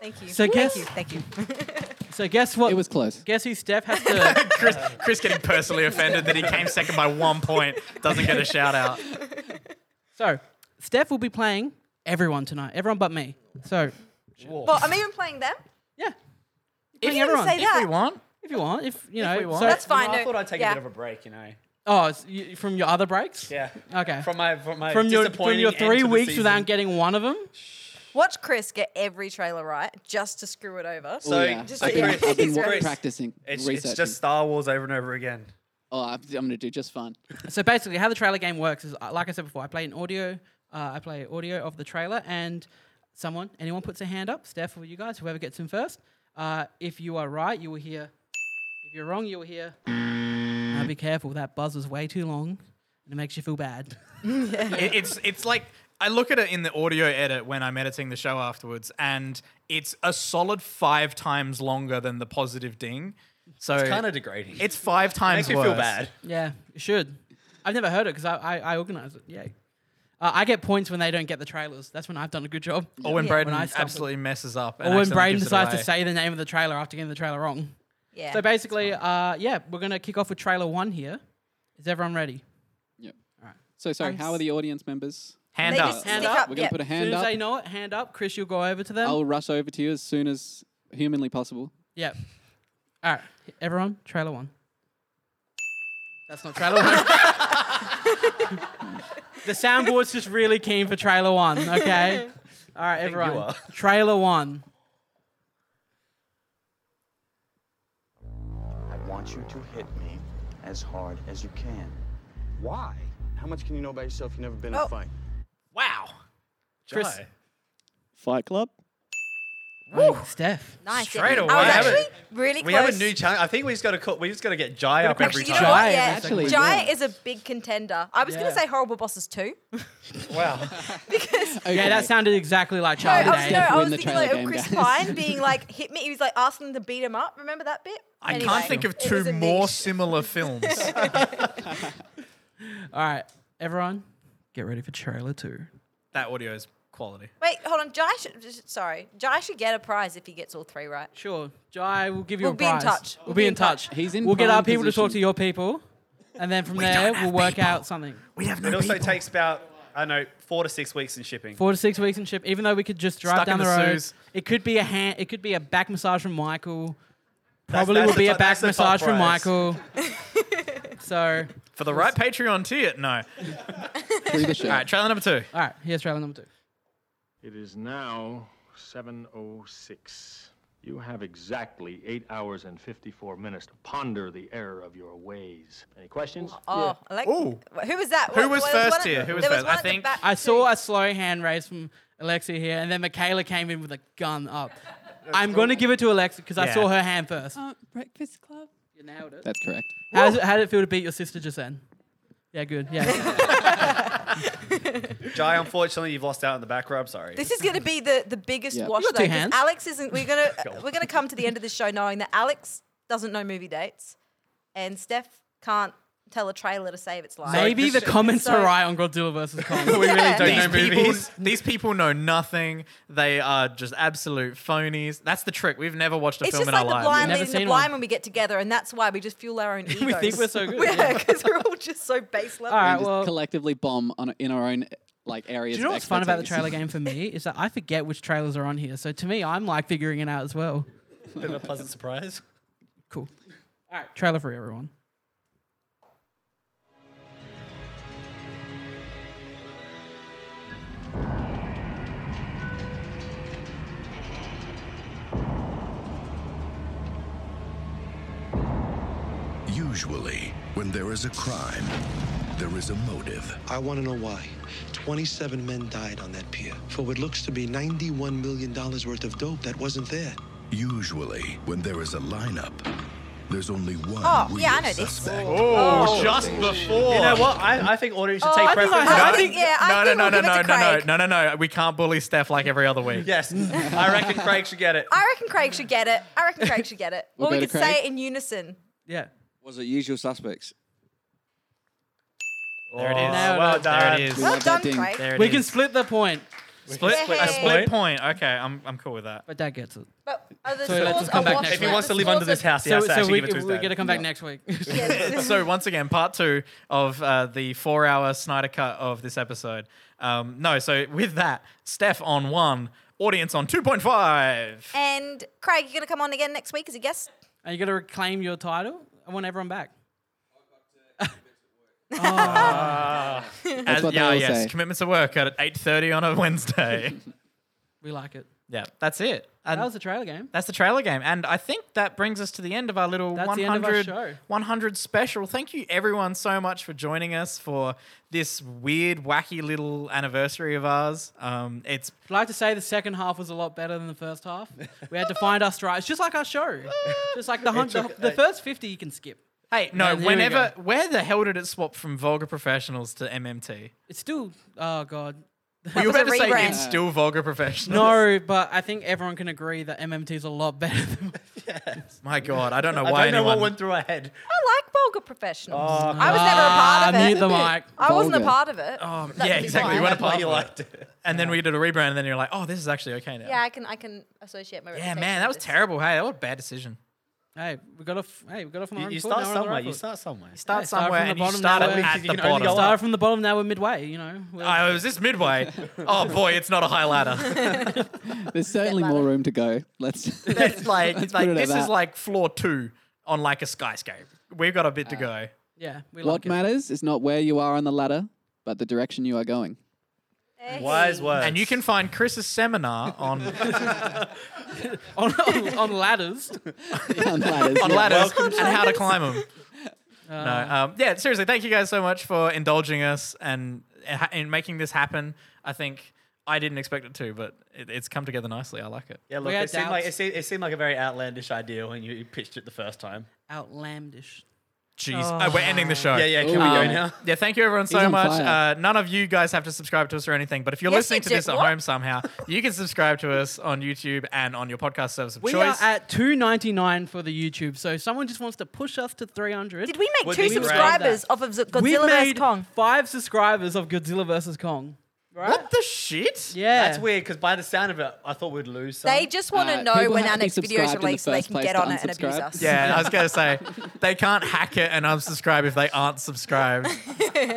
I: Thank you.
B: So
I: Thank
B: guess-
I: you. Thank you.
B: So guess what? It was
K: close.
B: Guess who Steph [laughs] has to.
C: Chris, Chris getting personally offended that he came second by one point doesn't get a shout out.
B: so Steph will be playing everyone tonight. Everyone but me. So
I: well, Oh, I'm even playing them.
B: Yeah.
I: If
B: Bring
I: you
B: everyone.
I: everyone. say
B: If
I: that,
B: we want. if you want, if you know,
H: we want.
B: so-
I: That's fine,
H: You know, I
I: no,
H: thought I'd take
I: yeah.
H: a bit of a break, you know.
B: Oh, it's you, from your other breaks?
H: Yeah.
B: Okay.
H: From my from my
B: From your from
H: disappointing
B: your
H: end
B: three
H: to the
B: weeks
H: season.
B: without getting one of them.
I: watch Chris get every trailer right just to screw it over.
H: So,
I: just
H: so
I: to-
H: Chris,
K: I've been
H: Chris,
K: wa-
H: Chris,
K: practicing,
H: It's, it's
K: researching.
H: just Star Wars over and over again.
K: oh, I'm going to do just fine.
B: So basically, how the trailer game works is, uh, like I said before, I play an audio. Uh, I play audio of the trailer, and someone, anyone, puts a hand up. Steph or you guys, whoever gets in first. Uh, if you are right, you will hear. If you're wrong, you will hear. Now be careful. That buzz was way too long, and it makes you feel bad.
C: It- it's it's like I look at it in the audio edit when I'm editing the show afterwards, and it's a solid five times longer than the positive ding. So
H: It's kinda degrading.
C: It's five
H: Makes
C: times
H: me
C: worse.
H: feel bad.
B: Yeah, you should. I've never heard it because I, I, I organize it. Yay. Uh, I get points when they don't get the trailers. That's when I've done a good job.
C: Or when Braden
B: I stumble.
C: absolutely messes up. and
B: Or when
C: accidentally
B: Braden
C: gives it
B: decides to
C: away.
B: say the name of the trailer after getting the trailer wrong.
I: Yeah.
B: So basically, uh, yeah, we're going to kick off with trailer one here. Is everyone ready?
K: Yep.
B: All right.
K: So sorry.
B: I'm
K: How are the audience members? Uh,
B: Hand They up. just stick up,
K: We're going
B: yeah.
K: to put a
B: As
K: hand
B: soon as
K: up.
B: they know it, hand up. Chris, you'll go over to them.
K: I'll rush over to you as soon as humanly possible.
B: Yep. All right. Everyone, trailer one. That's not trailer one. [laughs] the soundboard's just really keen for trailer one, [laughs] okay? All right,
H: think you
B: everyone.
H: are.
B: Trailer one.
O: I want you to hit me as hard as you can. Why? How much can you know about yourself? You've never been in
I: Oh.
O: a fight.
C: Wow.
B: Chris.
K: Fight Club.
B: Woo! Steph.
I: Nice.
H: Straight
I: yeah.
H: away.
I: I was
H: We have
I: actually
H: it.
I: really
H: we
I: close.
H: have a new challenge. I think we just got to cook. We just got to get Jai up every
I: Actually, you
H: time.
I: know what? Yeah, Jai is a big contender. I was going
H: Yeah.
I: to say horrible bosses too.
H: Wow.
B: Yeah, that sounded exactly like
I: No, I
B: Charlie
I: was,
B: Day.
I: no, I was thinking like of Chris Pine being like hit me. He was like asking them to beat him up. Remember that bit?
C: I
I: Anyway,
C: can't think of
I: it was
C: two
I: a
C: more
I: niche.
C: similar
I: [laughs]
C: films.
B: All right, everyone, get ready for trailer two.
C: that audio is quality.
I: Wait, hold on. Jai should sh- sorry. Jai should get a prize if he gets all three right.
B: Sure. Jai will give you
I: We'll
B: a
I: be in
B: prize.
I: touch.
B: We'll, be in touch.
K: He's in
B: We'll get our
K: prime
B: people to talk to
K: position.
B: your people, and then from
K: We
B: there we'll
K: don't have
B: work
K: people.
B: out something.
H: We have no It also takes about, I don't know, four to six weeks in shipping.
B: Four to six weeks in ship. Even though we could just drive
H: Stuck
B: down
H: in
B: the,
H: the
B: road,
H: zoos.
B: it could be a hand. It could be a back massage from Michael.
C: That's-
B: Probably
C: that's
B: will
C: the
B: be
C: top-
B: a back
C: that's the top
B: massage from
C: prize.
B: Michael. so
C: For the right Patreon tier, no.
B: [laughs]
C: All right, trailer number two.
B: All right, here's trailer number two.
E: It is now 7.06. You have exactly 8 hours and 54 minutes to ponder the error of your ways. Any questions?
I: Oh, I like.
E: Ooh.
I: Who was that?
E: Who was
I: there
E: first
I: one at-
E: here? Who was
I: there
E: first?
I: one
E: I
I: at the
E: think-
I: back.
B: I saw a slow hand raise from Alexa here, and then Michaela came in with a gun
C: [laughs]
B: up. I'm going to give it to Alexa because I
K: Yeah.
B: saw her hand first.
C: Oh.
K: Uh, Breakfast Club.
B: You nailed it. Uh,
K: That's correct.
B: How's it, how did it feel to beat your sister just then? Yeah, good.
C: [laughs]
B: Yeah.
H: Jai, unfortunately, you've lost out in the back row. I'm sorry.
I: This is going to be the the biggest
H: Yeah.
I: wash
H: You got
I: though.
H: two
I: 'cause
H: hands.
I: Alex isn't. We're gonna we're gonna come to the end of the show knowing that Alex doesn't know movie dates, and Steph can't tell a trailer to save its life.
B: Maybe the comments
I: So-
B: are right on Godzilla
C: [laughs]
B: versus Kong.
C: we really don't know
B: These people-
C: movies. These people know nothing. They are just absolute phonies. That's the trick. We've never watched a
I: It's
C: film
I: just
C: in
I: like the
C: our
I: blind
C: lives.
I: leading the blind when we get together, and that's why we just fuel our own egos.
B: [laughs] We think we're so good.
I: yeah, because we're all just so base level.
K: And just collectively bomb on in our own like areas.
B: Do you know
K: of
B: what's fun about the
K: expertise.
B: trailer game for
C: [laughs]
B: me is that I forget which trailers are on here. So to me, I'm like figuring it out as well.
H: Bit of a pleasant surprise.
B: Cool. All right, trailer for everyone.
P: Usually, when there is a crime, there is a motive.
Q: I want to know why. 27 men died on that pier for what looks to be $91 million worth of dope that wasn't there.
P: Usually, when there is a lineup, there's only one.
I: Oh,
P: real
I: yeah, I know this.
P: suspect.
I: Oh,
C: just before.
H: You know what? I, I think audience should
I: Oh,
H: take
I: I think I
H: preference.
I: have- I think- yeah, I
C: no,
I: think
C: no,
I: we'll
C: no,
I: give it
C: no, no,
I: to
C: no,
I: Craig.
C: no, no, no. We can't bully Steph like every other week.
H: Yes, I reckon Craig should get it.
I: I reckon Craig should get it. I reckon Craig should get it.
R: We'll
I: or we
R: go to
I: could say
R: Craig.
I: it in unison.
B: Yeah.
R: Was it Usual Suspects?
H: There it is.
B: Nailed
H: well
B: it.
H: done. There it is.
B: Well done,
I: Craig.
C: There it
B: we
C: is.
B: can split the point.
C: Split,
I: Yay.
C: split, a split point. Okay, I'm, I'm cool with that.
B: But that gets it.
I: But are the
C: So he lets
I: scores
C: us come
I: are
C: back
I: washed
C: next If he
I: now?
C: wants
I: The
C: to live under
I: scores
C: this
I: are-
C: house, he has to actually give it to his
B: we
C: dad.
B: get to come back next
C: [laughs]
B: week.
C: so once again, part two of uh, the four-hour Snyder cut of this episode. Um, no, so with that, Steph on one, audience on two point five.
I: And Craig, you're going to come on again next week as a guest?
B: Are you going to reclaim your title? I want everyone back.
C: As-
B: what they
C: yeah,
B: all
C: yes,
B: say.
C: commitments to work at eight thirty on
B: [laughs]
C: a [laughs] Wednesday.
B: We like it.
C: yeah, that's it. And
B: that was the trailer game.
C: That's the trailer game. And I think that brings us to the end of our little
B: That's the end of our
C: 100,
B: show.
C: 100 special. Thank you, everyone, so much for joining us for this weird, wacky little anniversary of ours. Um, it's
B: I'd like to say the second half was a lot better than the first half. We
H: [laughs]
B: had to find our stride. It's just like our show. just like the, hun-
C: It took-
B: the, the first 50 you can skip.
C: Hey, no,
B: And here we
C: whenever,
B: go.
C: where the hell did it swap from Vulgar Professionals to MMT?
B: It's still, oh God.
C: Were you about to say it's still Vulgar Professionals?
H: [laughs]
B: No, but I think everyone can agree that MMT is a lot better than [laughs]
C: My God, I don't know why
H: I don't know
C: anyone.
H: what went through our [laughs] head.
I: I like vulgar professionals.
C: Oh,
I: I was never a part of
C: Ah,
H: [laughs]
I: it.
C: mute the mic.
I: [laughs] I wasn't a
C: Vulgar.
I: part of it.
C: Oh,
I: That
C: yeah,
I: would be
C: exactly. You
I: fine.
C: went apart.
H: You liked
C: it. And then we did a rebrand, and then you're like, oh, this is actually okay now.
I: Yeah, I can I can associate my
C: Yeah,
I: reputation.
C: man, that was terrible. Hey, that was a bad decision.
B: Hey, we got off. Hey, we got off. on
H: [laughs] You-
B: our
H: you
B: own
H: start
B: foot, now we're on the right
H: somewhere, you
B: foot.
H: start somewhere.
B: Yeah,
C: Start somewhere,
B: from
C: and
B: the
C: you
B: bottom,
C: start
B: now
C: at-
B: we're-
C: at the
B: Start
C: bottom.
B: from the bottom. Now we're midway. You know. We're-
C: Oh, was this midway? oh boy, it's not a high
B: [laughs]
C: ladder.
K: There's certainly more room to go. Let's. [laughs]
C: That's like,
K: Let's
C: like
K: put it at
C: this is
K: that.
C: like floor two on like a skyscape. We've got a bit to go.
B: Yeah, we
K: what
B: like it.
K: matters is not where you are on the ladder, but the direction you are going. [laughs]
H: Wise words.
C: And you can find Chris's seminar
B: [laughs]
C: on
B: [laughs] on, on, on ladders.
K: on
B: [laughs]
K: ladders.
C: on
K: yeah.
C: ladders
K: Welcome
C: and
K: to-
C: how to climb them.
B: Uh.
C: no, um, yeah, seriously, thank you guys so much for indulging us and in making this happen. I think I didn't expect it to, but it, it's come together nicely. I like it.
H: Yeah, look, it seemed, like, it, seemed, it seemed like a very outlandish idea when you pitched it the first time.
B: Outlandish.
C: Jeez, Uh, we're ending the show.
H: Yeah, yeah, can we go now?
C: Yeah, thank you everyone
H: He's
C: so
H: on
C: much.
H: fire.
C: Uh, none of you guys have to subscribe to us or anything, but if you're
B: Yes,
C: listening
B: you
C: to
B: do.
C: this at
B: What?
C: home somehow, you can subscribe to us on YouTube and on your podcast service of
B: We are
C: choice.
B: at two ninety nine for the YouTube. So if someone just wants to push us to three hundred.
I: Did we make
B: would
I: two
B: be great.
I: subscribers off of Z-
B: We've
I: Godzilla vs.
B: made Kong? Five subscribers of Godzilla vs Kong.
C: What the shit?
B: Yeah,
H: That's weird because by the sound of it, I thought we'd lose some.
I: They just want
R: Uh,
I: to know when our next video is released so they can get on it and abuse us.
C: Yeah, I was going to say, they can't hack it and unsubscribe if they aren't subscribed.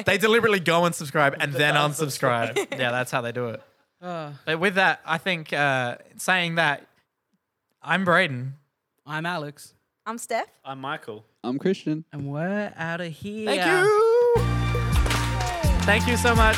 C: they deliberately go and subscribe and then unsubscribe. yeah, that's how they do it.
B: Uh,
C: But with that, I think uh, saying that, I'm Braden.
B: I'm Alex.
I: I'm Steph.
H: I'm Michael.
K: I'm Christian.
B: And we're out of here.
C: Thank you. Thank you so much.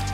C: you.